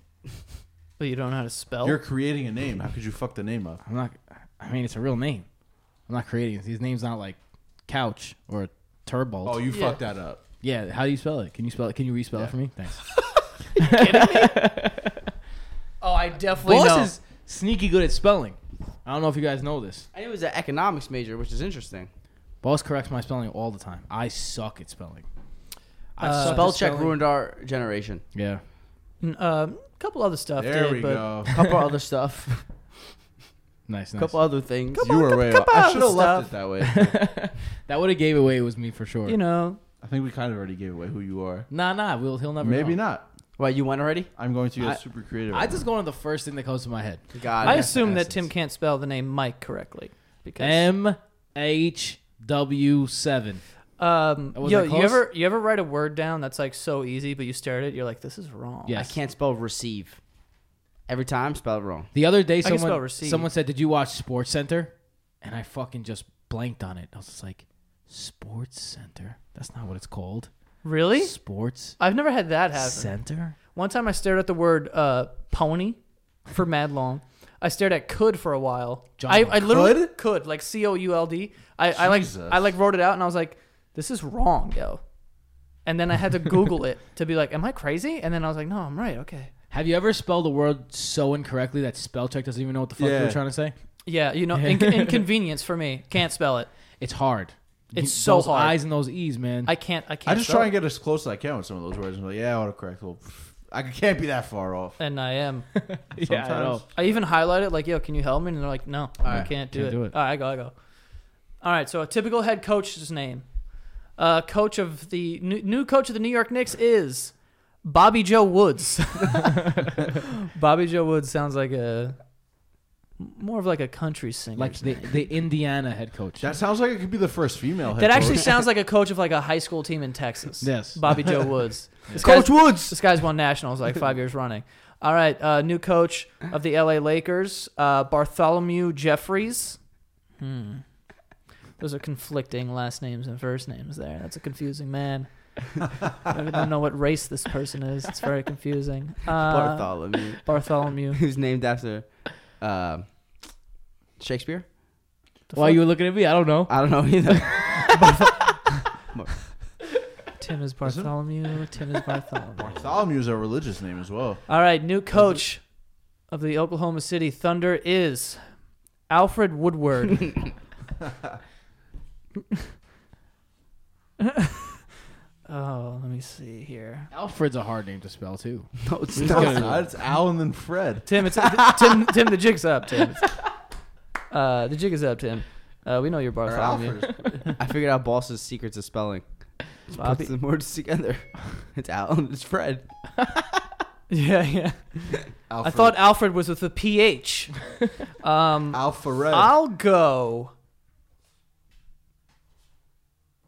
A: But you don't know how to spell.
C: You're creating a name. How could you fuck the name up?
B: I'm not. I mean, it's a real name. I'm not creating it. His name's not like couch or turbalt.
C: Oh, you
A: Yeah.
C: fucked that up.
B: Yeah, how do you spell it? Can you spell it? Can you respell it for me? Thanks.
A: oh, I definitely
B: Boss
A: know.
B: is sneaky good at spelling. I don't know if you guys know this.
D: I knew he was an economics major, which is interesting.
B: Boss corrects my spelling all the time. I suck at spelling. I
A: Uh,
B: suck at
D: Spell check
B: spelling.
D: ruined our generation.
B: Yeah.
A: N- um, couple other stuff.
C: There
A: did,
C: we
A: but
C: go.
D: Couple other stuff.
B: Nice, nice.
D: Couple other things.
C: You were way off. I
A: on,
C: should have
A: stuff.
C: left it that way.
B: that would have gave away was me for sure.
A: You know,
C: I think we kind of already gave away who you are.
B: nah, nah. We'll, he'll never
C: Maybe
B: know.
C: not.
D: What you went already?
C: I'm going to get
B: I-
C: super creative.
B: I
C: right
B: just go on the first thing that comes to my head.
D: God,
A: I
D: yeah.
A: assume that
C: essence.
A: Tim can't spell the name Mike correctly. Because,
B: M H W seven.
A: um,
B: Was
A: yo,
B: I
A: you
B: close?
A: ever you ever write a word down that's like so easy, but you stare at it, you're like, this is wrong.
B: Yes.
D: I can't spell receive. Every time, spell it wrong.
B: The other day,
A: can spell
B: someone
A: receive.
B: someone said, "Did you watch Sports Center?" And I fucking just blanked on it. I was just like, "Sports Center? That's not what it's called.
A: Really?
B: Sports
A: I've never had that happen.
B: Center?
A: One time I stared at the word uh, pony for mad long. I stared at could for a while.
B: John,
A: I, I literally could, like C O U L D. I, I like
C: Jesus.
A: I like wrote it out and I was like, this is wrong, yo. And then I had to Google it to be like, am I crazy? And then I was like, no, I'm right. Okay.
B: Have you ever spelled a word so incorrectly that spell check doesn't even know what the fuck you
C: Yeah.
B: were trying to say?
A: Yeah, you know, in- inconvenience for me. Can't spell it.
B: It's hard.
A: It's
B: You-
A: so
B: those
A: hard.
B: I's and those E's, man.
A: I can't. I can't.
C: I just
A: spell
C: try and
A: it.
C: get as close as I can with some of those words. I'm like, yeah, autocorrect. Well, pff, I can't be that far off.
A: And I am.
B: yeah, I know.
C: sometimes.
A: I even highlight it like, yo, can you help me? And they're like, no, I
B: right,
A: can't do
B: can't
A: it.
B: do it.
A: All right, I go. I go. All right, so a typical head coach's name. Uh, coach of the new, new coach of the New York Knicks is Bobby Joe Woods. Bobby Joe Woods sounds like a more of like a country singer.
B: Like the, the Indiana head coach.
C: That sounds like it could be the first female. Head
A: that actually
C: coach.
A: sounds like a coach of like a high school team in Texas.
B: Yes.
A: Bobby Joe Woods. This
D: Coach
A: guy's-
D: Woods.
A: This guy's won nationals like five years running. All right, uh, new coach of the LA Lakers, uh, Bartholomew Jeffries. Hmm. Those are conflicting last names and first names there. That's a confusing man. I don't know what race this person is. It's very confusing. Uh,
D: Bartholomew.
A: Bartholomew.
D: Who's named after um, Shakespeare?
B: Why you were looking at me? I don't know.
D: I don't know either.
A: Tim is Bartholomew. Tim is Bartholomew.
C: Bartholomew is a religious name as well.
A: All right, new coach of the Oklahoma City Thunder is Alfred Woodward. oh, let me see here.
B: Alfred's a hard name to spell too.
D: no, it's
C: No,
D: not.
C: it's not. It's Al and then Fred.
A: Tim, it's Tim. Tim, the jig's up, Tim. Uh, the jig is up, Tim. Uh, we know you're
C: Or
A: Bartholomew.
C: Alfred.
D: I figured out Boss's secrets of spelling. Just
A: Bobby-
D: puts the words together. It's Alan. It's Fred.
A: Yeah, yeah. I
C: Alfred.
A: thought Alfred was with a PH. Um,
D: Oh.
C: Alfred.
A: I'll go.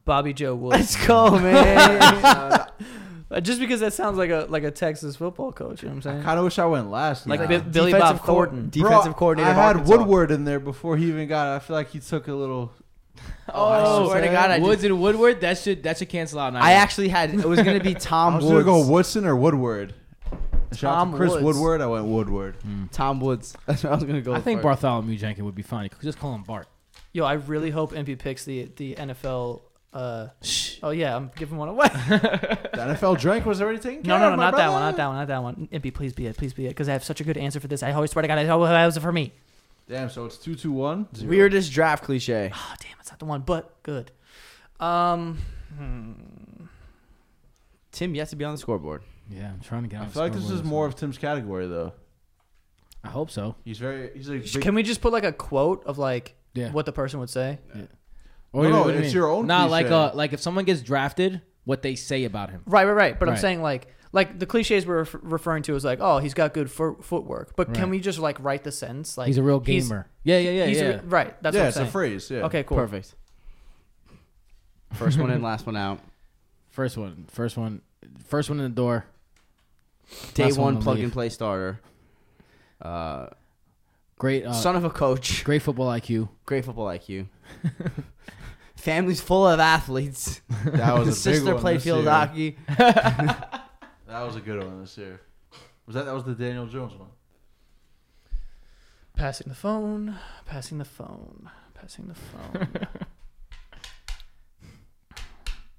A: Bobby Joe Woods.
D: Let's go, man.
A: Uh, Just because that sounds like a like a Texas football coach, you know what I'm saying?
C: kind of wish I went last.
A: Like
C: now.
A: Bi- Billy Bob Thornton.
C: Bro,
D: defensive coordinator.
C: I
D: of
C: had
D: Arkansas.
C: Woodward in there before he even got. it. I feel like he took a little.
D: Oh, I swear to God, I
B: Woods
D: just-
B: and Woodward. That should that should cancel out. Now.
D: I actually had it was gonna be Tom
C: I was gonna
D: Woods.
C: go Woodson or Woodward. Shout out
D: Tom
C: to Chris
D: Woods.
C: Woodward. I went Woodward.
D: Tom Woods. That's what I was gonna go.
B: I think
D: for.
B: Bartholomew Jenkins would be fine. You could Just call him Bart.
A: Yo, I really hope MP picks the the NFL. Uh,
B: Shh.
A: oh yeah, I'm giving one away.
C: The NFL drink was already taken.
A: No, no,
C: care
A: no,
C: of,
A: not
C: my
A: that
C: brother.
A: one, not that one, not that one. MP, please be it, please be it, because I have such a good answer for this. I always swear to God, I know that was for me.
C: Damn. So it's two, two, one. zero.
D: weirdest draft cliche.
A: Oh damn, it's not the one, but good. Um,
D: Tim, you have to be on the scoreboard.
B: Yeah, I'm trying to get.
C: I
B: on the
C: feel like this
B: scoreboard
C: is
B: as
C: more
B: well.
C: of Tim's category though.
B: I hope so.
C: He's very. He's like.
A: can we just put like a quote of like
B: Yeah.
A: what the person would say?
B: Or
C: No,
B: you-
C: no,
B: what do you
C: it's your own
B: Nah, like
C: cliche.
B: uh, like if someone gets drafted, what they say about him.
A: Right, right, right. But I'm
B: Right.
A: saying like like the cliches we're ref- referring to is like, oh, he's got good foot footwork. But can
B: Right.
A: we just like write the sentence like
B: He's a real
A: he's-
B: gamer. Yeah, yeah, yeah,
A: he's a
B: yeah.
A: re- right. That's
C: yeah,
A: what I'm
C: it's
A: saying.
C: a phrase. Yeah.
A: Okay, cool.
D: Perfect. First one in, last one out.
B: First one, first one, first one in the door.
D: Day
B: Last one
D: one,
B: to
D: plug
B: leave.
D: and play starter. Uh,
B: Great, uh,
D: son of a coach.
B: great football IQ.
D: Great football IQ. Family's full of athletes.
C: That was a
D: His sister
C: big one
D: played
C: this
D: field
C: year.
D: hockey.
C: That was a good one this year. Was that that was the Daniel Jones one?
A: Passing the phone, passing the phone, passing the phone.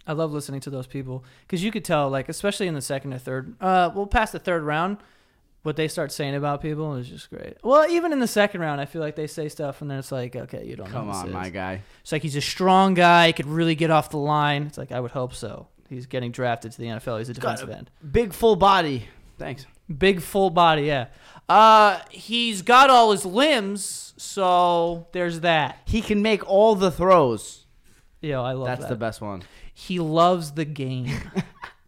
A: I love listening to those people because you could tell, like, especially in the second or third, uh, well, past the third round, what they start saying about people is just great. Well, even in the second round, I feel like they say stuff and then it's like, okay, you don't
D: Come
A: know. who
D: on,
A: this
D: my
A: is.
D: guy.
A: It's like he's a strong guy, he could really get off the line. It's like, I would hope so. He's getting drafted to the NFL, he's a
D: Got
A: defensive
D: him.
A: end.
D: Big full body. Thanks.
A: Big full body, yeah. Uh, he's got all his limbs, so there's that.
D: He can make all the throws.
A: Yo, I love
D: That's
A: that.
D: the best one.
A: He loves the game.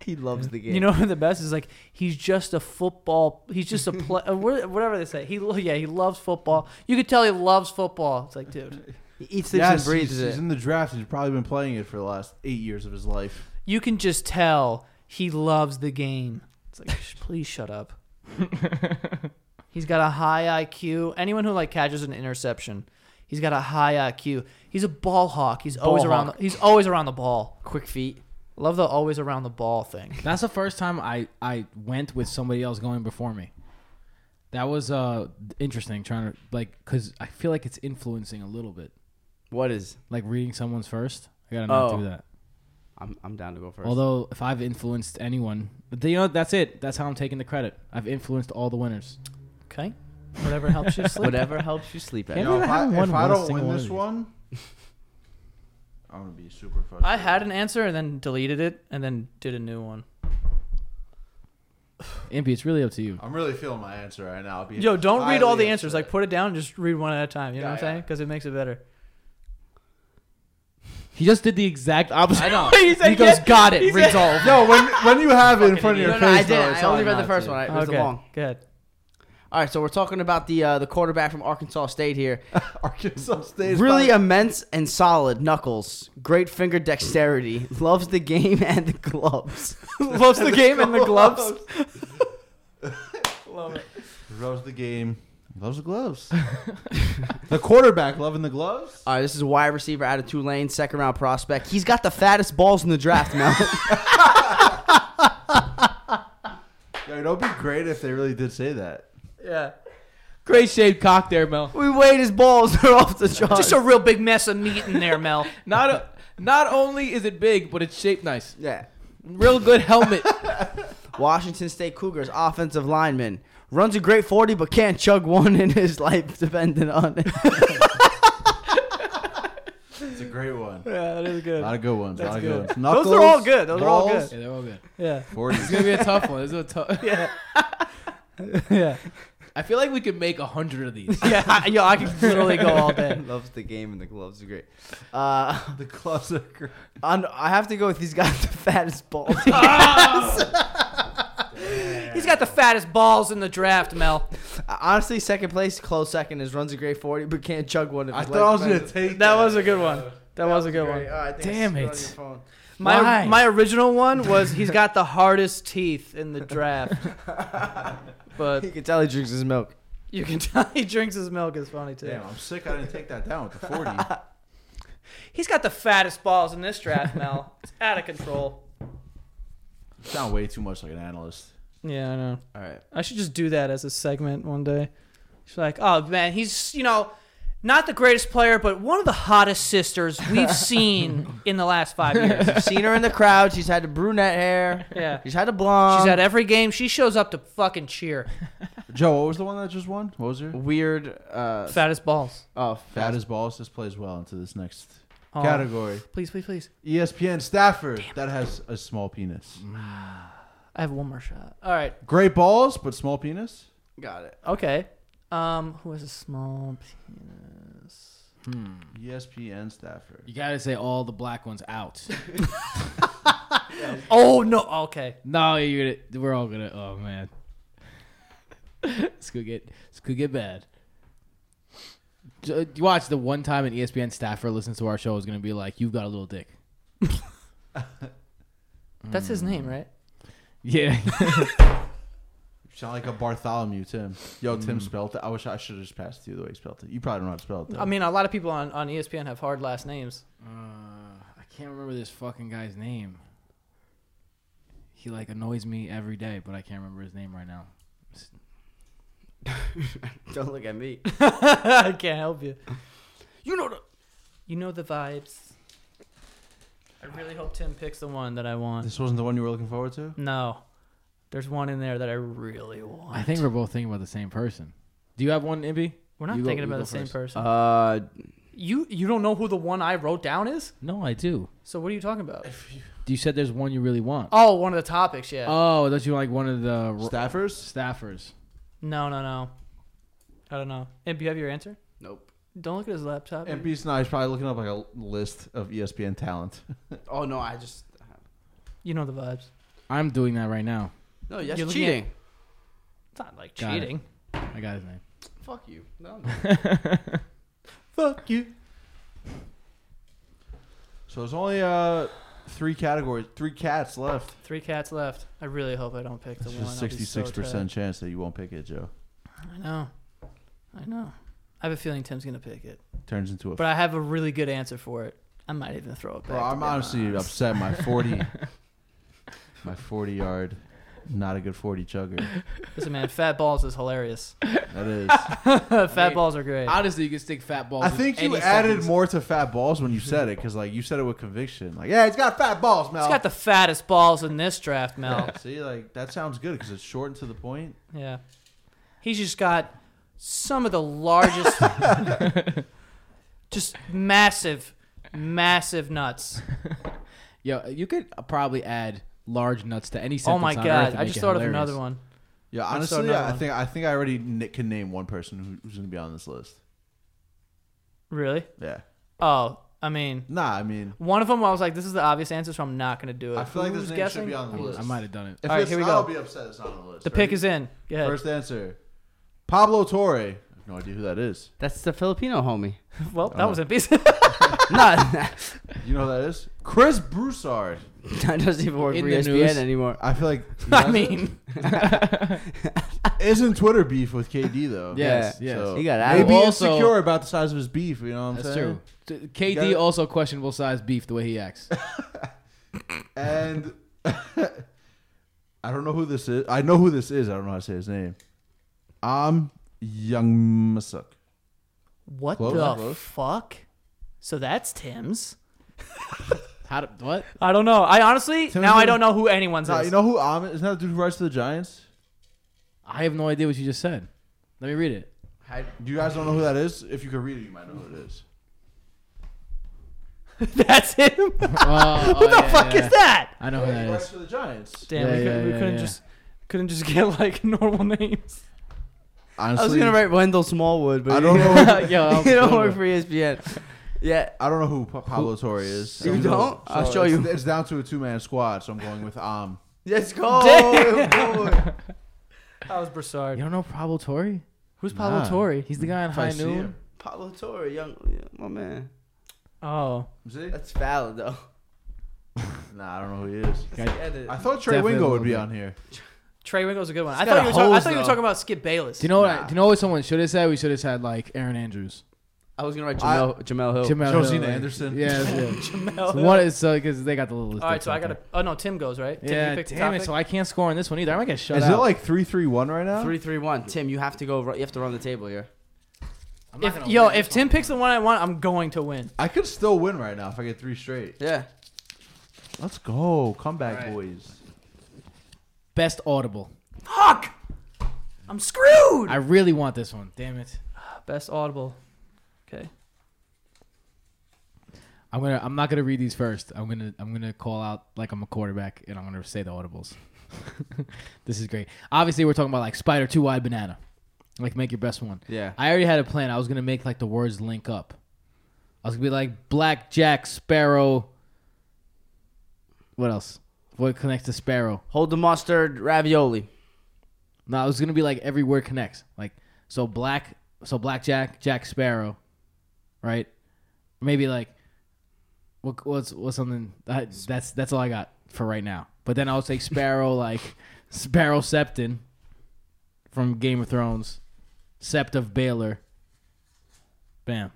D: He loves the game.
A: You know the best is like he's just a football. He's just a play, uh, wha- whatever they say. He lo- yeah, he loves football. You could tell he loves football. It's like, dude,
D: he eats, sleeps, and breathes
C: he's,
D: it.
C: he's in the draft. He's probably been playing it for the last eight years of his life.
A: you can just tell he loves the game. It's like, "Sh- please shut up. he's got a high IQ. Anyone who like catches an interception, he's got a high IQ. He's a ball hawk. He's always
D: Ball
A: around.
D: hawk.
A: The, he's always around the ball.
D: Quick feet.
A: Love the always around the ball thing.
B: That's the first time I I went with somebody else going before me. That was uh interesting trying to like because I feel like it's influencing a little bit.
D: What is?
B: Like reading someone's first, I gotta not
D: Oh.
B: do that.
D: I'm, I'm down to go first.
B: Although if I've influenced anyone, but you know that's it. That's how I'm taking the credit. I've influenced all the winners.
A: Okay, whatever helps you sleep.
D: Whatever helps you sleep at
B: Can't
D: night.
C: Yo,
B: even
C: if I,
B: have
C: if
B: one
C: I
B: win a
C: don't
B: single
C: win
B: one of
C: this
B: these.
C: one, I'm gonna be super frustrated.
A: I had an answer and then deleted it and then did a new one.
B: Impy, it's really up to you.
C: I'm really feeling my answer right now. I'll be
A: Yo, don't read all
C: highly
A: the answers.
C: upset.
A: Like, put it down and just read one at a time. You know
C: Yeah,
A: what I'm saying?
C: yeah.
A: Because it makes it better.
B: He just did the exact opposite.
D: I know.
B: he,
D: He
B: goes,
D: goes,
B: "Got it, resolved."
C: No, when when you have it in front of your
D: No, no, I
C: face,
D: did.
C: though,
D: I
C: it's
D: only
C: hard
D: read
C: not
D: the first
C: to.
D: one. I- It was
B: Okay,
D: the long.
B: good.
D: All right, so we're talking about the uh, the quarterback from Arkansas State here.
C: Arkansas State. is
D: really
C: probably-
D: immense and solid knuckles. Great finger dexterity. Loves the game and the gloves. Loves the game and the gloves.
C: loves the game. Loves the gloves. the quarterback loving the gloves.
D: All right, this is a wide receiver out of Tulane, second round prospect. He's got the fattest balls in the draft, man.
C: Yo, it would be great if they really did say that.
B: Yeah. Great shaved cock there, Mel.
D: we weighed his balls; they're off the charts.
A: Just a real big mess of meat in there, Mel.
B: Not a, not only is it big, but it's shaped nice.
D: yeah.
B: Real good helmet.
D: Washington State Cougars offensive lineman runs a great forty, but can't chug one in his life, depending on it.
C: It's a great one.
B: yeah, that is
C: A
B: good.
C: lot of good ones. A lot of
B: good.
C: good ones.
D: Those are all good. Those are all
C: balls,
B: Yeah, they're all good.
A: Yeah.
C: 40s.
B: It's gonna be a tough one. This is a tough. Yeah.
A: Yeah.
B: I feel like we could make a hundred of these.
D: yeah, I, yo, I could
A: literally go all day.
D: Loves the game and the gloves are great. Uh,
C: The gloves are great.
D: I'm- I have to go with he's got the fattest balls.
A: He's got the fattest balls in the draft, Mel.
D: Honestly, second place, close second is runs a great forty, but can't chug one. If
C: I
D: his
C: thought I was
D: legs
C: gonna
D: bend.
C: take
A: That was a good one. That was a good
D: Great.
A: one.
D: All right, I think I
B: Damn
D: spit on
B: it.
D: your phone.
A: My
B: Why?
A: my original one was he's got the hardest teeth in the draft. but
D: You can tell he drinks his milk.
A: you can tell he drinks his milk is funny too.
C: Damn, I'm sick. I didn't take that down with the 40.
A: He's got the fattest balls in this draft, Mel. It's out of control.
C: Sound way too much like an analyst.
A: Yeah, I know.
C: All right.
A: I should just do that as a segment one day. She's like, oh man, he's you know, not the greatest player, but one of the hottest sisters we've seen in the last five years.
D: You've seen her in the crowd. She's had the brunette hair.
A: Yeah.
D: She's had a blonde.
A: She's at every game. She shows up to fucking cheer.
C: Joe, what was the one that just won? What was your
D: weird. Uh,
A: Fattest balls.
D: oh, fat.
C: Fat as balls. This plays well into this next
A: Oh,
C: category. E
A: Please, please, please.
C: ESPN Stafford that has a small penis.
A: I have one more shot. All right.
C: Great balls, but small penis.
D: Got it.
A: Okay. Um, who has a small penis?
C: E ESPN Stafford.
B: You gotta say all the black ones out.
A: Oh no. Okay.
B: no, you're gonna. We're all gonna. Oh man. this could get. This could get bad. J- You watch the one time an E ESPN staffer listens to our show is gonna be like, "You've got a little dick."
A: That's his name, right?
B: Yeah.
C: You sound like a Bartholomew, Tim. Yo, Tim spelt it. I wish I should have just passed you the way he spelled it. You probably don't know how to spell it. Though.
A: I mean, a lot of people on, E on ESPN have hard last names.
B: Uh, I can't remember this fucking guy's name. He like annoys me every day, but I can't remember his name right now.
D: Don't look at me.
A: I can't help you.
D: You know the.
A: You know the vibes. I really hope Tim picks the one that I want.
C: this wasn't the one you were looking forward to.
A: No. There's one in there that I really want.
B: I think we're both thinking about the same person. Do you have one, Ibby?
A: we're not
B: you go-
A: thinking
B: you
A: about
B: go
A: the same
B: first.
A: person.
D: Uh,
A: you you don't know who the one I wrote down is?
B: No, I do.
A: So what are you talking about?
B: You said there's one you really want.
A: Oh, one of the topics, yeah.
B: Oh, don't you like one of the ro-
C: Staffers.
B: staffers?
A: no, no, no. I don't know. And do you have your answer?
D: nope.
A: Don't look at his laptop.
C: And Beast now he's probably looking up like a list of E ESPN talent.
D: Oh no, I just.
A: you know the vibes.
B: I'm doing that right now.
D: No, that's
A: You're looking
D: cheating.
A: It's not like
B: Got it.
A: cheating.
B: I got his name.
D: Fuck you. No.
C: Fuck you. So there's only uh three categories, three cats left.
A: Three cats left. I really hope I don't pick the
C: It's
A: one.
C: just
A: I'll be so
C: 66 percent chance that you won't pick it, Joe.
A: tired. I know. I know. I have a feeling Tim's gonna pick it,
C: Turns into a.
A: but I have a really good answer for it. I might even throw it back.
C: Bro,
A: to
C: I'm
A: be
C: honestly
A: honest.
C: upset. My 40, my 40 yard, not a good 40 chugger.
A: Listen, man, fat balls is hilarious.
C: That is.
A: fat
B: mean,
A: balls are great.
B: Honestly, you can stick fat balls.
C: I
B: in
C: think you
B: any
C: added
B: sentence.
C: more to fat balls when you said it because like you said it with conviction. Like, yeah, it's got fat balls, Mel.
A: He's got the fattest balls in this draft, Mel.
C: Yeah, See, like that sounds good because it's short and to the point.
A: yeah, he's just got some of the largest, just massive, massive nuts.
B: Yo, you could probably add large nuts to any sentence.
A: oh my
B: on Earth
A: god!
B: and
A: I
B: make
A: just
B: it
A: thought of
B: hilarious.
A: another one.
C: Yeah,
A: I just saw
C: honestly,
A: another
C: I
A: one.
C: think I think I already n- can name one person who- who's going to be on this list.
A: Really?
C: Yeah,
A: Oh, I mean,
C: Nah, I mean,
A: one of them I was like, this is the obvious answer, so I'm not going to do it.
C: I feel like this
A: Who's
C: name
A: guessing?
C: should be on the list.
B: I might have done it.
C: If
A: All right,
C: it's
A: here we
C: not,
A: go.
C: I'll be upset it's not on the list.
A: The pick
C: Ready?
A: is in. Go ahead.
C: First answer Pablo Torre. I have no idea who that is.
D: That's the Filipino homie.
A: well, that
C: Oh.
A: was a piece.
D: Not
C: You know who that is? Chris Broussard.
D: that doesn't even work
B: In
D: for E
B: the
D: ESPN
B: news.
D: anymore.
C: I feel like.
A: I mean,
C: Isn't Twitter beef with KD, though?
B: Yes, yes.
C: So
D: He got out.
C: Maybe
B: Also-
C: insecure about the size of his beef, you know what I'm
B: That's
C: saying?
B: true. T- KD
C: gotta-
B: also questionable size beef the way he acts.
C: And I don't know who this is. I know who this is. I don't know how to say his name. I'm Young Masuk.
A: what
C: Close,
A: the
C: close.
A: fuck? So that's Tim's.
B: How do, what?
A: I don't know. I honestly now I don't know who anyone's
C: Nah,
A: is.
C: Uh, you know who I'm? Isn't that the dude who writes to the Giants?
B: I have no idea what you just said. Let me read it.
C: You guys don't know who that is? If you could read it, you might know who it is.
A: that's him. what the
B: Oh, what
A: fuck is that?
B: I know who
C: He
B: that
C: writes
B: is.
C: to the Giants.
A: Damn,
B: Yeah,
A: we,
B: yeah,
A: could, we
B: yeah,
A: couldn't
B: yeah.
A: just couldn't just get like normal names.
C: Honestly,
D: I was gonna write Wendell Smallwood, but
C: I don't know. Who,
B: Yo, that was
D: you
B: a
D: don't
B: good
D: work
B: one.
D: for E ESPN. Yeah,
C: I don't know who Pa- Pablo Torre is.
D: You don't? I'll show
C: it's,
D: you.
C: It's down to a two-man squad, so I'm going with Am.
D: let's go. boy.
A: That was Broussard.
B: You don't know Ah. Pablo Torre?
A: Who's Pablo Torre?
B: He's the guy on
C: If I
B: High
C: see
B: Noon.
C: him.
D: Pablo Torre, young, my man.
A: Oh,
C: See?
D: That's valid though.
C: Nah, I don't know who he is.
D: Edit.
C: I thought Trey
B: Definitely
C: Wingo would
B: will
C: be
B: be.
C: on here.
A: Trey Wingo's a good one. I
D: got
A: thought,
D: a
A: you were talk- I
D: hose,
A: thought you were
D: though.
A: talking about Skip Bayless.
B: Do you know what? I, do you know what someone should have said? We should have said like Aaron Andrews,
D: I was gonna write Jamel, Jamel
A: Oh,
D: Hill.
B: Jamel
C: Josina
B: Hill, like-
C: Anderson.
B: Yeah, that's it.
A: Jamel
B: So what is so because uh, they got the little.
A: All right, so I gotta. Oh no, Tim goes right. Tim,
B: Yeah,
A: you picked the
B: damn it!
A: topic?
B: So I can't score on this one either. I might get shut
C: Is
B: out.
C: it like three-three-one right now?
D: Three, three, one. Tim, you have to go. ru- You have to run the table here.
B: I'm not
A: if,
B: gonna
A: yo,
B: win.
A: if Tim picks the one I want, I'm going to win.
C: I could still win right now if I get three straight.
D: Yeah.
C: Let's go, comeback boys.
B: best audible,
A: Fuck! I'm screwed.
B: I really want this one. Damn it!
A: Best audible. Okay.
B: I'm gonna. I'm not gonna read these first. I'm gonna. I'm gonna call out like I'm a quarterback, and I'm gonna say the audibles. this is great. Obviously, we're talking about like spider two wide banana. Like make your best one.
D: Yeah.
B: I already had a plan. I was gonna make like the words link up. I was gonna be like blackjack sparrow. What else? What connects to sparrow?
D: Hold the mustard ravioli.
B: No, it was gonna be like every word connects. Like so black so blackjack, Jack Sparrow, right? Maybe like what what's what's something I, that's that's all I got for right now. But then I'll take Sparrow like Sparrow Septon from Game of Thrones, Sept of Baylor. Bam.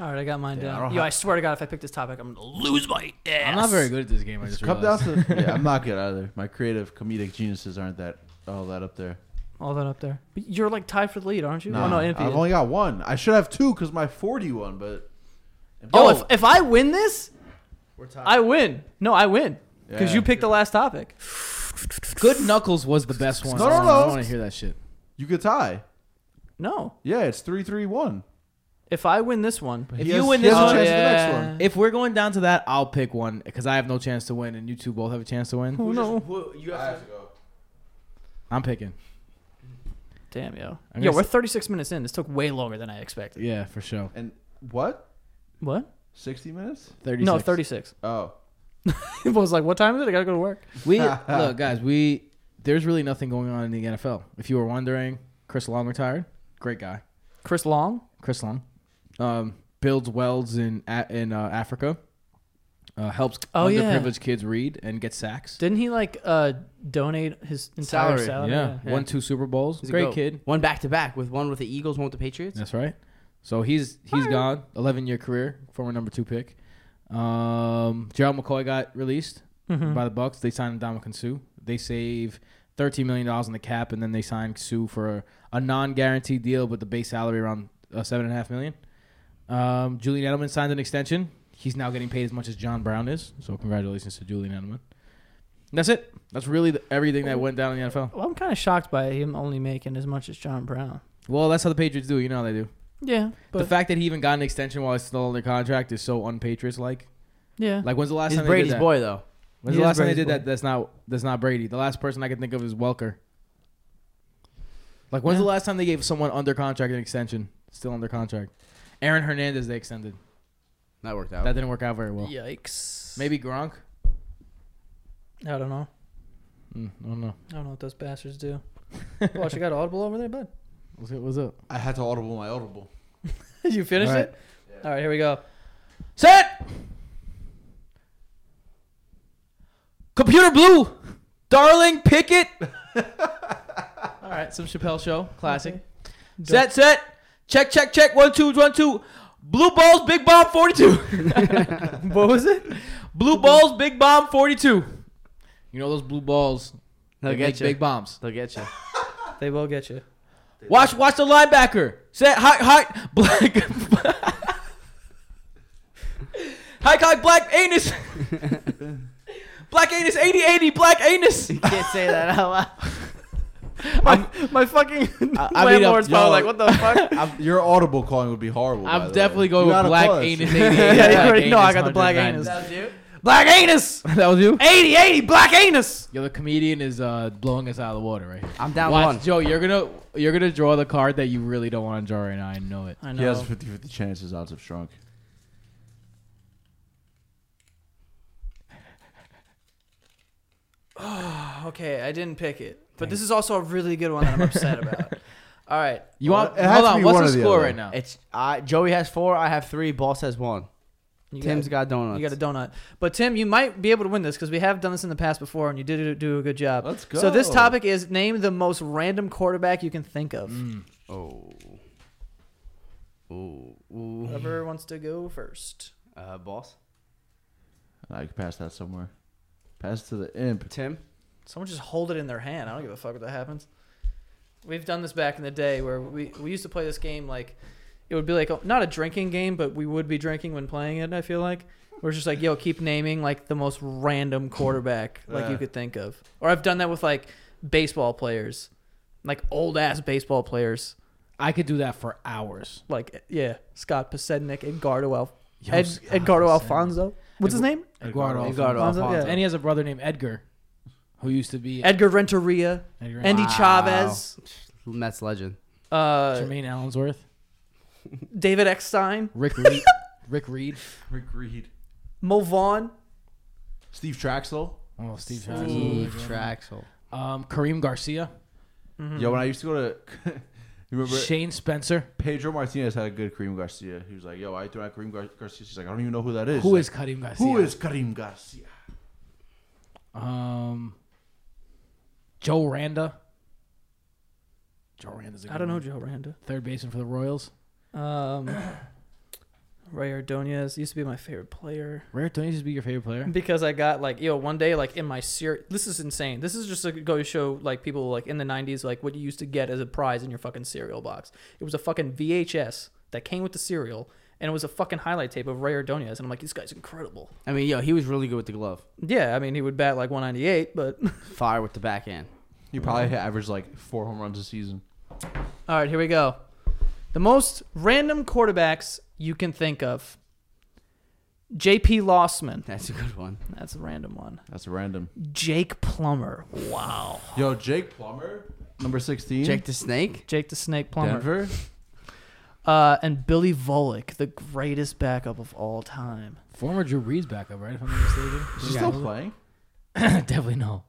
A: All right, I got mine
C: Yeah, I
A: down.
C: don't
A: yo,
C: have-
A: I swear to God, if I pick this topic, I'm gonna lose my ass.
B: I'm not very good at this game. I just
C: Come down
B: realized.
C: to yeah, I'm not good either. My creative comedic geniuses aren't that all that up there.
A: All that up there. But you're like tied for the lead, aren't you?
C: Nah,
A: oh no,
C: I've
A: NP.
C: only got one. I should have two because my 41, but
A: Oh, if, if I win this,
C: we're tied.
A: I win. No, I win because
C: Yeah.
A: you picked the last topic.
B: Good Knuckles was the best one.
C: No, no,
B: I wanna- I
C: no.
B: want to hear that shit.
C: you could tie.
A: No,
C: Yeah, it's three three one.
A: if I win this one,
B: If
C: He
B: you
C: has-
B: win
C: he
B: this
C: has a
B: one,
C: chance at
A: yeah.
C: the next one.
B: If we're going down to that, I'll pick one because I have no chance to win, and you two both have a chance to win.
A: who knows?
D: You
C: I have to go.
B: I'm picking.
A: Damn, yo,
B: I'm
A: yo,
B: gonna
A: we're
B: s-
A: 36 minutes in. This took way longer than I expected.
B: Yeah, for sure.
C: And what?
A: What?
C: 60 minutes?
B: Thirty.
A: No, 36.
C: Oh,
A: it was like, what time is it? I gotta go to work.
B: We look, guys. We there's really nothing going on in the NFL. If you were wondering, Chris Long retired. Great guy,
A: Chris Long.
B: Chris Long. Um, builds welds in A- in uh, Africa. Uh, helps
A: Oh, yeah.
B: underprivileged kids read and get sacks.
A: Didn't he like uh donate his entire salary?
D: Salary,
B: yeah.
A: oh, Yeah.
B: won two Super Bowls.
D: He's a
B: Great
D: goat.
B: kid.
D: One back to back with one with the Eagles, one with the Patriots.
B: That's right. So he's he's gone. Eleven year career, former number two pick. Um, Gerald McCoy got released by the Bucks. They signed Dominican Sue. They save thirteen million dollars in the cap, and then they signed Sue for a, a non guaranteed deal, but the base salary around uh, seven and a half million. Um, Julian Edelman signed an extension. He's now getting paid as much as John Brown is. So congratulations to Julian Edelman. That's it. That's really the, everything that went down in the NFL.
A: Well, I'm kind of shocked by him only making as much as John Brown.
B: Well, that's how the Patriots do. You know how they do.
A: Yeah, but
B: the fact that he even got an extension while he's still under contract is so unpatriots like.
A: yeah,
B: Like when's the last
D: He's
B: time
D: Brady's
B: they did that?
D: boy though.
B: When's
A: He
B: the
A: is
B: last time they
A: Brady's
B: did
A: boy.
B: that? That's not that's not Brady. The last person I can think of is Welker. Like when's
A: Yeah.
B: the last time they gave someone under contract an extension? Still under contract. Aaron Hernandez they extended.
E: That worked out.
B: That didn't work out very well.
A: Yikes.
B: Maybe Gronk.
A: I don't know.
B: Mm, I don't know.
A: I don't know what those bastards do. Watch, you got Audible over there, bud.
B: What's it? What's up?
C: I had to audible my audible.
A: Did you finish
B: All right.
A: it? All right, here we go.
B: Set. Computer blue, darling Pickett. All right, some Chappelle show classic. Set, set, check, check, check. One, two, one, two. Blue balls, big bomb, forty-two. what was it? Blue balls, big bomb, forty-two. You know those blue balls?
D: They'll
B: They
D: get
B: make
D: you.
B: big bombs.
D: They'll get you.
A: They will get you.
B: Watch, watch the linebacker. Set high, high, black, high, high, black anus, black anus, eighty, eighty, black anus.
D: Can't say that out loud. My, my fucking
E: I- I mean,
D: landlord's
E: yo,
D: probably like, what the fuck?
C: I'm, your audible calling would be horrible. by the
B: I'm
C: way.
B: definitely going
C: You
B: with
C: gotta
B: black
C: clutch.
B: anus, eighty, eighty.
D: Yeah, you
B: black
D: already know I
B: anus,
D: got the black
B: 109.
D: anus.
B: Black anus. that was you.
D: 80, 80, black anus.
B: Yo, the comedian is uh, blowing us out of the water right here.
D: I'm down
B: Watch,
D: one.
B: Joe, you're gonna you're gonna draw the card that you really don't want to draw right now. I know it.
A: I
C: He has
A: know.
C: a 50 50 chance his odds have shrunk.
A: okay, I didn't pick it, but this is also a really good one that I'm upset about. All right,
B: You
C: Well,
B: want?
C: it has
B: hold
C: to
B: on.
C: be
B: What's
C: one
B: the
C: or the
B: score
C: other.
B: right now?
D: It's I, Joey has four, I have three, Boss has one.
A: you
D: Tim's
A: got,
D: got donuts.
A: you got a donut, but Tim, you might be able to win this because we have done this in the past before, and you did do a good job.
C: Let's
A: So this
C: go.
A: topic is name the most random quarterback you can think of.
D: Oh. Ooh. Ooh.
A: Whoever wants to go first.
D: Uh, boss?
C: I could pass that somewhere. Pass to the imp.
D: Tim?
A: Someone just hold it in their hand. I don't give a fuck what that happens. We've done this back in the day where we, we used to play this game like it would be like a, not a drinking game, but we would be drinking when playing it. I feel like we're just like yo, keep naming like the most random quarterback like you
C: Yeah.
A: could think of. Or I've done that with like baseball players, like old ass baseball players,
B: I could do that for hours.
A: like yeah, Scott Pasednik, Edgardo Al,
B: Yo,
A: Ed,
B: Scott
A: Edgardo
B: Pasednik.
A: Alfonso. What's his name?
B: Eduardo.
D: Eduardo
A: Alfonso,
D: Alfonso.
A: yeah.
B: And he has a brother named Edgar, who used to be
A: Edgar Renteria,
B: Edgar
A: Andy
D: Wow.
A: Chavez,
D: Mets legend.
A: uh,
B: Jermaine Allensworth,
A: David Eckstein,
B: Rick Reed, Rick Reed.
C: Rick Reed.
A: Mo Vaughn.
C: Steve Traxel.
B: Oh, Steve.
D: Steve
B: Traxel.
D: Traxel.
B: Um, Kareem Garcia,
C: Yo, when I used to go to. you remember
B: Mm-hmm. Shane Spencer.
C: Pedro Martinez had a good Kareem Garcia. He was like, yo, I threw out Kareem Gar- Garcia. She's like, I don't even know who that is.
B: Who
C: Like,
B: is Kareem Garcia?
C: Who is Kareem Garcia?
B: um Joe Randa? Joe Randa's. a
A: I
B: good
A: don't know
B: one.
A: Joe Randa.
B: Third baseman for the Royals.
A: Um, Ray Ordonez used to be my favorite player
B: Rare Tony used to be your favorite player.
A: because I got like yo one day like in my series. This is insane. This is just a go to show like people like in the '90s like what you used to get as a prize in your fucking cereal box. It was a fucking VHS that came with the cereal. And it was a fucking highlight tape of Ray Ordonez, and I'm like, this guy's incredible.
D: I mean, yo, he was really good with the glove.
A: Yeah, I mean, he would bat like 198, but
D: Fire with the backhand.
C: He probably averaged like four home runs a season.
A: All right, here we go. The most random quarterbacks you can think of. J.P. Lossman.
D: That's a good one.
A: That's a random one.
C: That's random.
A: Jake Plummer. Wow.
C: Yo, Jake Plummer, number 16.
D: Jake the Snake?
A: Jake the Snake Plummer.
C: Denver.
A: Uh, and Billy Volek, the greatest backup of all time.
B: Former Drew Brees backup, right? If I'm not mistaken.
C: Is he still playing?
B: Definitely no.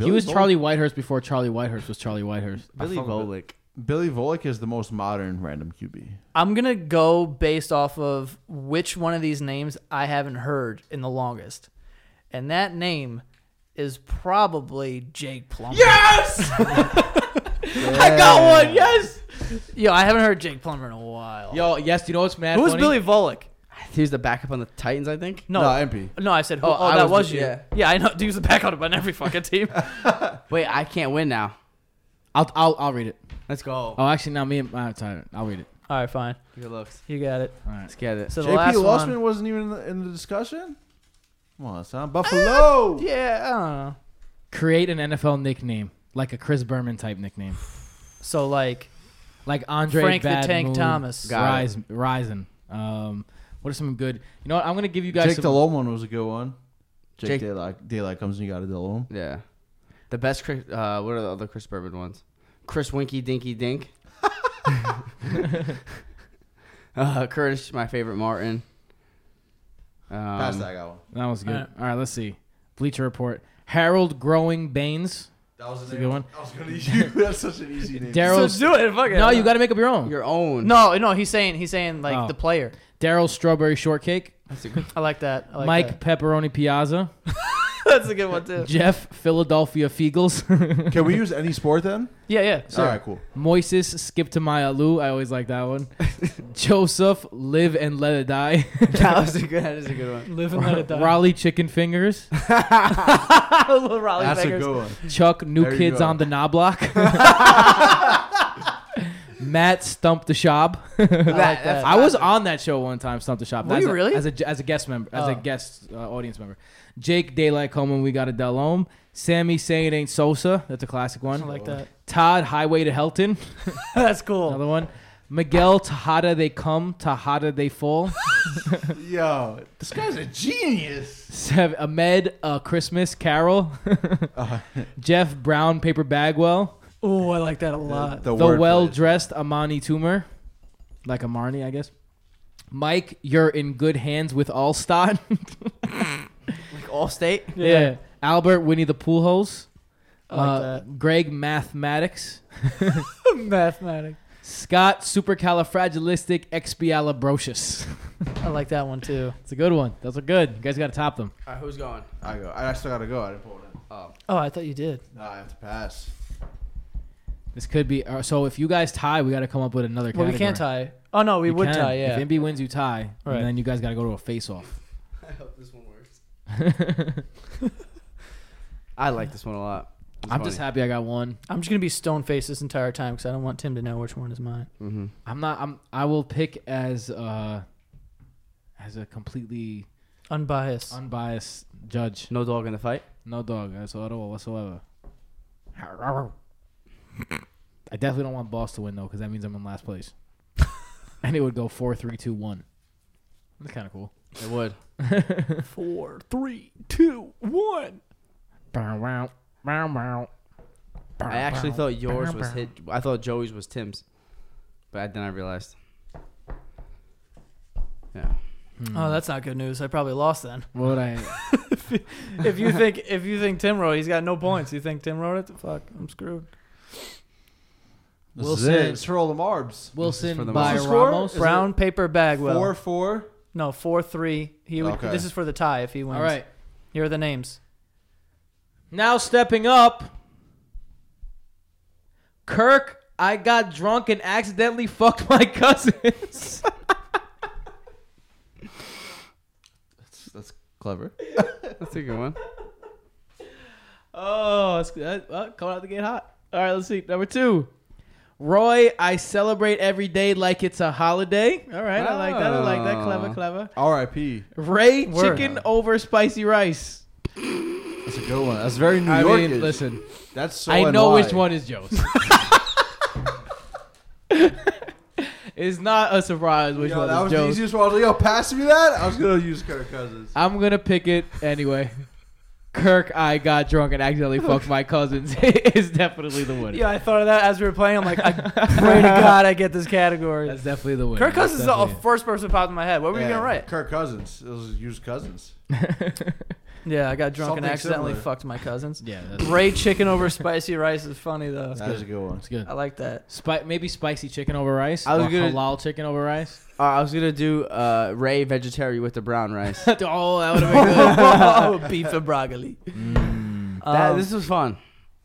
B: he was Charlie Whitehurst before Charlie Whitehurst was Charlie Whitehurst.
D: Billy
C: fuck with
D: Volick.
C: Billy Volek is the most modern random QB.
A: I'm going to go based off of which one of these names I haven't heard in the longest. And that name is probably Jake Plummer.
B: Yes! I got one. Yes.
A: Yo, I haven't heard Jake Plummer in a while.
B: Yo, Oh, yes. You know what's mad?
A: Who's
B: funny?
A: Billy Volek?
D: He was the backup on the Titans, I think.
A: No,
C: No, MP.
A: No, I said, who, oh,
D: Oh, I
A: that was,
D: was-
A: you. Yeah.
D: yeah.
A: I know. Dude's the back on on every fucking team.
D: Wait, I can't win now.
B: I'll, I'll I'll read it.
D: Let's go.
B: Oh, actually, now me and my tired. I'll read it.
A: All right, fine.
D: Good looks.
A: You got it.
B: All right.
D: Let's get it.
A: So the
C: JP
A: last
C: Lossman
A: one.
C: wasn't even in the, in the discussion. Come on,
B: Ah!
C: son. Buffalo.
A: Yeah, I don't know.
B: Create an NFL nickname, like a Chris Berman type nickname,
A: So, like,
B: like Andre
A: Frank the
B: Bad
A: Tank
B: Moon,
A: Thomas.
D: Got
B: Rise, Rising. Um, what are some good? You know what? I'm gonna give you guys
C: Jake
B: some.
C: Delhomme one was a good one. Jake,
D: Jake-
C: Daylight, Daylight comes and you got a Delhomme.
D: Yeah. The best Chris, uh, what are the other Chris Bourbon ones? Chris Winky Dinky Dink. Uh, Curtis, my favorite Martin. Um,
C: Pass that, I got one.
B: That was good.
A: All right.
B: All right, let's see. Bleacher Report. Harold Growing Baines.
C: That was
B: a good one.
C: I was gonna use you. That's such an easy name.
B: Daryl.
A: do it. Fuck it.
B: no, you got to make up your own.
D: Your own.
A: No, no. He's saying he's saying like
B: Oh.
A: the player.
B: Daryl Strawberry Shortcake.
D: That's a good.
A: I like that. I like
B: Mike Pepperoni Piazza.
A: that. That's a good one too.
B: Jeff Philadelphia Feagles.
C: Can we use any sport then?
A: Yeah, yeah.
C: All right, cool.
B: Moises Skip to Maya Lou. I always like that one. Joseph Live and Let It Die.
D: That was a good. That is a good one.
A: Live and let it die.
B: Raleigh Chicken Fingers.
A: Little Raleigh
C: That's a
A: Beggars.
C: good one.
B: Chuck New
C: There you
B: Kids
C: go.
B: on the Knob Block. Matt Stump the Shop.
A: I like that.
B: I was on that show one time, Stump the Shop.
A: Were
B: as
A: you
B: a,
A: really?
B: As a, as a guest member, as a
A: Oh.
B: guest uh, audience member. Jake Daylight Coleman, we got a Delome. Sammy saying ain't Sosa. That's a classic one.
A: I like that.
B: Todd Highway to Helton.
A: That's cool.
B: Another one. Miguel Tejada they come, Tejada they fall.
C: Yo, this guy's a genius.
B: Sev Ahmed uh, Christmas Carol.
C: Uh-huh.
B: Jeff Brown Paper Bagwell.
A: Oh, I like that a lot.
B: The
C: word
B: well
C: plays.
B: dressed Amani Toomer, like Amarni, I guess. Mike, you're in good hands with Allstott.
D: Like all state.
B: yeah. Albert Winnie the Pool Holes.
A: I like
B: Uh,
A: that.
B: Greg Mathematics.
A: Mathematic.
B: Scott Supercalifragilisticexpialidocious.
A: I like that one too.
B: It's a good one. Those are good. You guys got to top them.
D: All right, who's going?
C: I go. I still gotta go. I didn't pull it. In.
D: Oh,
A: Oh, I thought you did.
C: No, I have to pass.
B: This could be uh, so. If you guys tie, we got to come up with another.
A: Well,
B: Category.
A: we can't tie. Oh no, we
B: You
A: would
B: can.
A: tie. Yeah.
B: If MB wins, you tie,
A: Right.
B: and then you guys got to go to a face-off.
D: I hope this one works. I like this one a lot. It's
B: I'm just
D: funny.
B: happy I got one.
A: I'm just gonna be stone faced this entire time because I don't want Tim to know which one is mine.
B: I'm not. I'm. I will pick as uh, as a completely
A: Unbiased.
B: unbiased judge.
D: no dog in the fight.
B: No dog at all whatsoever. I definitely don't want Boss to win though, because that means I'm in last place, and it would go four, three, two, one. That's kind of cool.
D: It would.
A: Four, three, two, one.
B: Bow, wow, wow, wow. Bow,
D: I actually
B: wow.
D: thought yours
B: bow,
D: was
B: bow.
D: hit. I thought Joey's was Tim's, but then I realized. Yeah.
A: Oh, that's not good news. I probably lost then.
B: What would I?
A: if you think if you think Tim wrote, he's got no points. You think Tim wrote it? Fuck, I'm screwed.
C: This
B: Wilson-
C: is it. It's for all the Marbs.
D: for
B: Wilson
D: the
B: by
C: most. Score?
B: Ramos.
C: Is it-
A: Brown paper Bagwell.
C: Four four.
A: No, four three. He would.
C: Okay.
A: This is for the tie if he wins.
B: All right.
A: Here are the names.
B: Now stepping up, Kirk. I got drunk and accidentally fucked my cousins.
C: That's, that's clever.
D: That's a good one.
B: oh, that's that, uh, coming out the gate hot. All right, let's see. Number two, Roy. I celebrate every day like it's a holiday. All right, I like that. I like that. Clever, clever.
C: R.I.P.
B: Ray,
A: Word.
B: chicken over spicy rice.
C: That's a good one. That's very New Oh,
B: I
C: York.
B: mean, listen,
C: that's so.
B: I know
C: NY.
B: which one is Joe's. it's not a surprise which
C: Yo,
B: one
C: that
B: is
C: was the
B: Joe's.
C: easiest one. I was like, yo, pass me that. I was gonna use Kirk Cousins.
B: I'm gonna pick it anyway. Kirk, I got drunk and accidentally fucked my cousins. is definitely the winner.
A: Yeah, I thought of that as we were playing. I'm like, I pray to God I get this category.
B: That's definitely the winner.
A: Kirk Cousins is
B: That's
A: the
B: definitely
A: first person popped in my head. What were you
C: Yeah,
A: gonna write?
C: Kirk Cousins. It was use Cousins.
A: Yeah, I got drunk
C: Something
A: and accidentally
C: similar.
A: fucked my cousins.
B: it. yeah, that's,
A: Ray chicken over spicy rice is funny though.
C: That is a good one.
B: that's good.
A: I like that.
B: Spi- maybe spicy chicken over rice.
D: I was
B: or
D: gonna-
B: halal chicken over rice.
D: All right, I was gonna do uh, Ray vegetarian with the brown rice.
B: oh, that would have been good.
A: Beef and broccoli.
D: that,
A: Um,
D: Uh, this was fun.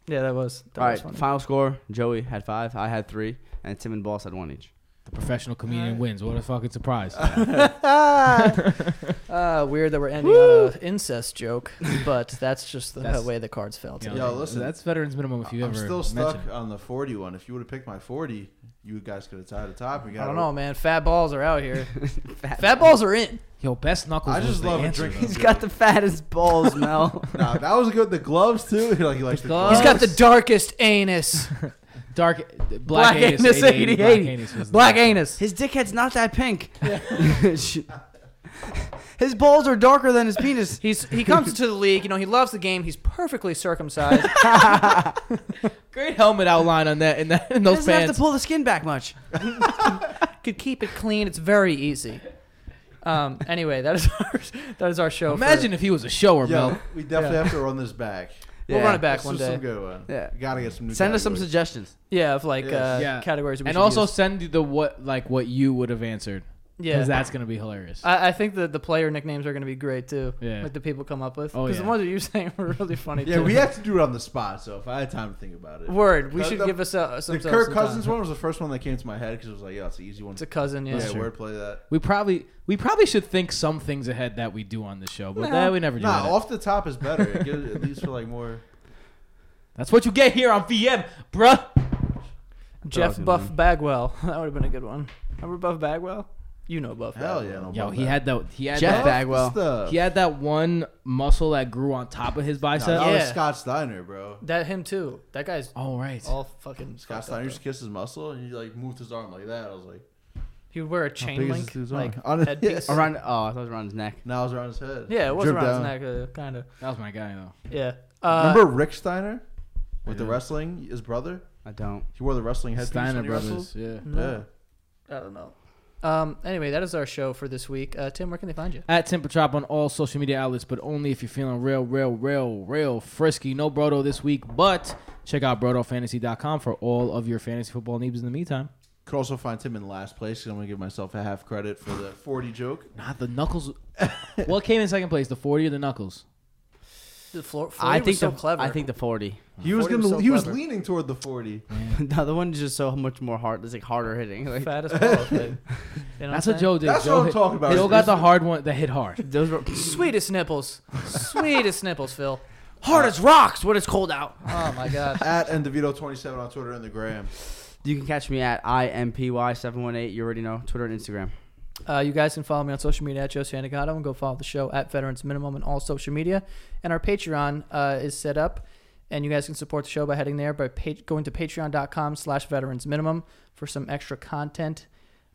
A: yeah, that was that
D: All
A: was
D: right,
A: funny.
D: final score. Joey had five. I had three, and Tim and Boss had one each.
B: The professional comedian wins. What a fucking surprise!
A: Uh, weird that we're ending on an incest joke, but that's just the
B: That's-
A: way the cards fell.
B: You
A: Today.
B: know,
C: Yo, listen.
B: that's veterans minimum. If you
C: I'm
B: ever
C: still stuck
B: mention.
C: on the 40 one. If you would have picked my 40, you guys could have tied the top. We
A: I
C: got
A: don't know, man. Fat balls are out here. fat, balls are in.
B: Yo, best knuckles.
C: I
B: was
C: just
B: the
C: love a
B: answer,
C: drink.
B: though.
C: He's
D: Got the fattest balls, Mel.
C: Nah, that was good. The gloves too. like he likes the gloves.
A: He's got the darkest anus.
B: Dark, uh, black,
A: Black
B: anus,
A: anus,
B: 80, black
A: 80.
B: anus was the
A: Black
B: best one.
A: anus.
D: His dickhead's not that pink. his balls are darker than his penis.
A: He's he comes to the league. You know, he loves the game. He's perfectly circumcised.
B: Great helmet outline on that in, that, in
D: He
B: those
D: doesn't have
B: pants.
D: to pull the skin back much.
A: could keep it clean. It's very easy. Um, anyway, that is our that is our show. for-
B: Imagine if he was a shower,
C: Yo,
B: Mel.
C: we definitely have to run this back.
A: we'll run
D: Yeah.
A: it back
C: This
A: one
C: was
A: day.
C: Some good one.
D: Yeah.
C: Gotta get some. New
D: Send us some
C: categories.
D: suggestions.
A: Yeah, of like
C: Yeah.
A: uh,
B: Yeah.
A: categories. We
B: And
A: should
B: also
A: use.
B: send the what like what you would have answered.
A: yeah,
B: Because that's gonna be hilarious.
A: I, I think that the player nicknames are going to be great too.
B: Yeah.
A: like the people come up with.
B: Oh,
A: Because
B: yeah.
A: the ones that you're saying were really funny.
C: Yeah,
A: too.
C: we have to do it on the spot. So if I had time to think about it,
A: Word. We
C: The-
A: should
C: the-
A: give us uh, some.
C: the
A: some-
C: Kirk
A: some
C: Cousins
A: time.
C: one was the first one that came to my head because it was like, yeah, it's an easy one.
A: It's a cousin. Yeah.
C: yeah,
B: true.
C: wordplay that.
B: we probably we probably should think some things ahead that we do on the show, but that we never do.
C: Nah,
B: that.
C: off the top is better. It gives, at least for like more.
B: That's what you get here on VM, bruh.
A: Jeff Buff Bagwell. That would have been a good one. Remember Buff Bagwell? You know Buff.
C: Hell
A: Bagwell.
C: yeah, no
B: Yo,
C: problem.
B: he had that. He had
D: Jeff
B: that.
D: Bagwell.
C: Stuff.
B: He had that one muscle that grew on top of his
C: Nah,
B: bicep.
C: that was
A: Yeah.
C: Scott Steiner, bro.
A: That him too. That guy's
B: All right.
A: all fucking.
C: Scott
A: fucked up,
C: Steiner
A: though.
C: used to kiss his muscle, and he like moved his arm like that. I was like,
A: He would wear a
C: big
A: chain
C: is
A: link
C: this dude's
A: like
C: arm?
A: headpiece.
C: Yeah.
D: Around, oh, I thought it was around his neck.
C: now it's around his head.
A: Yeah, it was
C: Drip
A: around his
C: down.
A: neck, uh, kind of.
B: That was my guy though.
A: Yeah. Uh,
C: Remember Rick Steiner with the wrestling? His brother.
D: I don't.
C: He wore the wrestling headpiece.
B: Steiner
C: when he wrestled?
B: brothers. Yeah.
C: Yeah.
A: I don't know. Um, anyway, that is our show for this week. Uh, Tim, where can they find you?
B: At Temper Chop on all social media outlets, but only if you're feeling real, real, real, real frisky. No Brodo this week, but check out BrodoFantasy.com for all of your fantasy football needs in the meantime.
C: Could also find Tim in last place. 'cause I'm gonna give myself a half credit for the 40 joke.
B: Not the Knuckles. what came in second place, the 40 or the Knuckles?
A: The floor.
D: I think
A: so
D: the,
A: clever.
D: I think the forty.
C: He was
A: 40
C: gonna.
A: was so
C: he was
A: clever.
C: leaning toward the 40.
D: the other one is just so much more hard. It's like harder hitting. Like,
A: fat as well. dude. You know what
B: That's
A: I'm
B: what
A: saying?
B: Joe did.
C: That's
B: Joe
C: what I'm
B: hit-
C: talking about.
B: Joe
C: It's-
B: got the hard one that hit hard.
D: those were
A: Sweetest nipples. Sweetest nipples, Phil.
D: hard as rocks when it's cold out.
A: Oh my god.
C: At and DeVito27 on Twitter and the gram.
D: You can catch me at impy718. You already know Twitter and Instagram.
A: Uh, you guys can follow me on social media at Joe Santagato and go follow the show at Veterans Minimum on all social media. And our Patreon uh, is set up, and you guys can support the show by heading there by pa- going to patreon.com slash veterans minimum for some extra content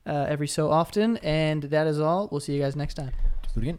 A: uh, every so often. And that is all. We'll see you guys next time.
B: Do it again.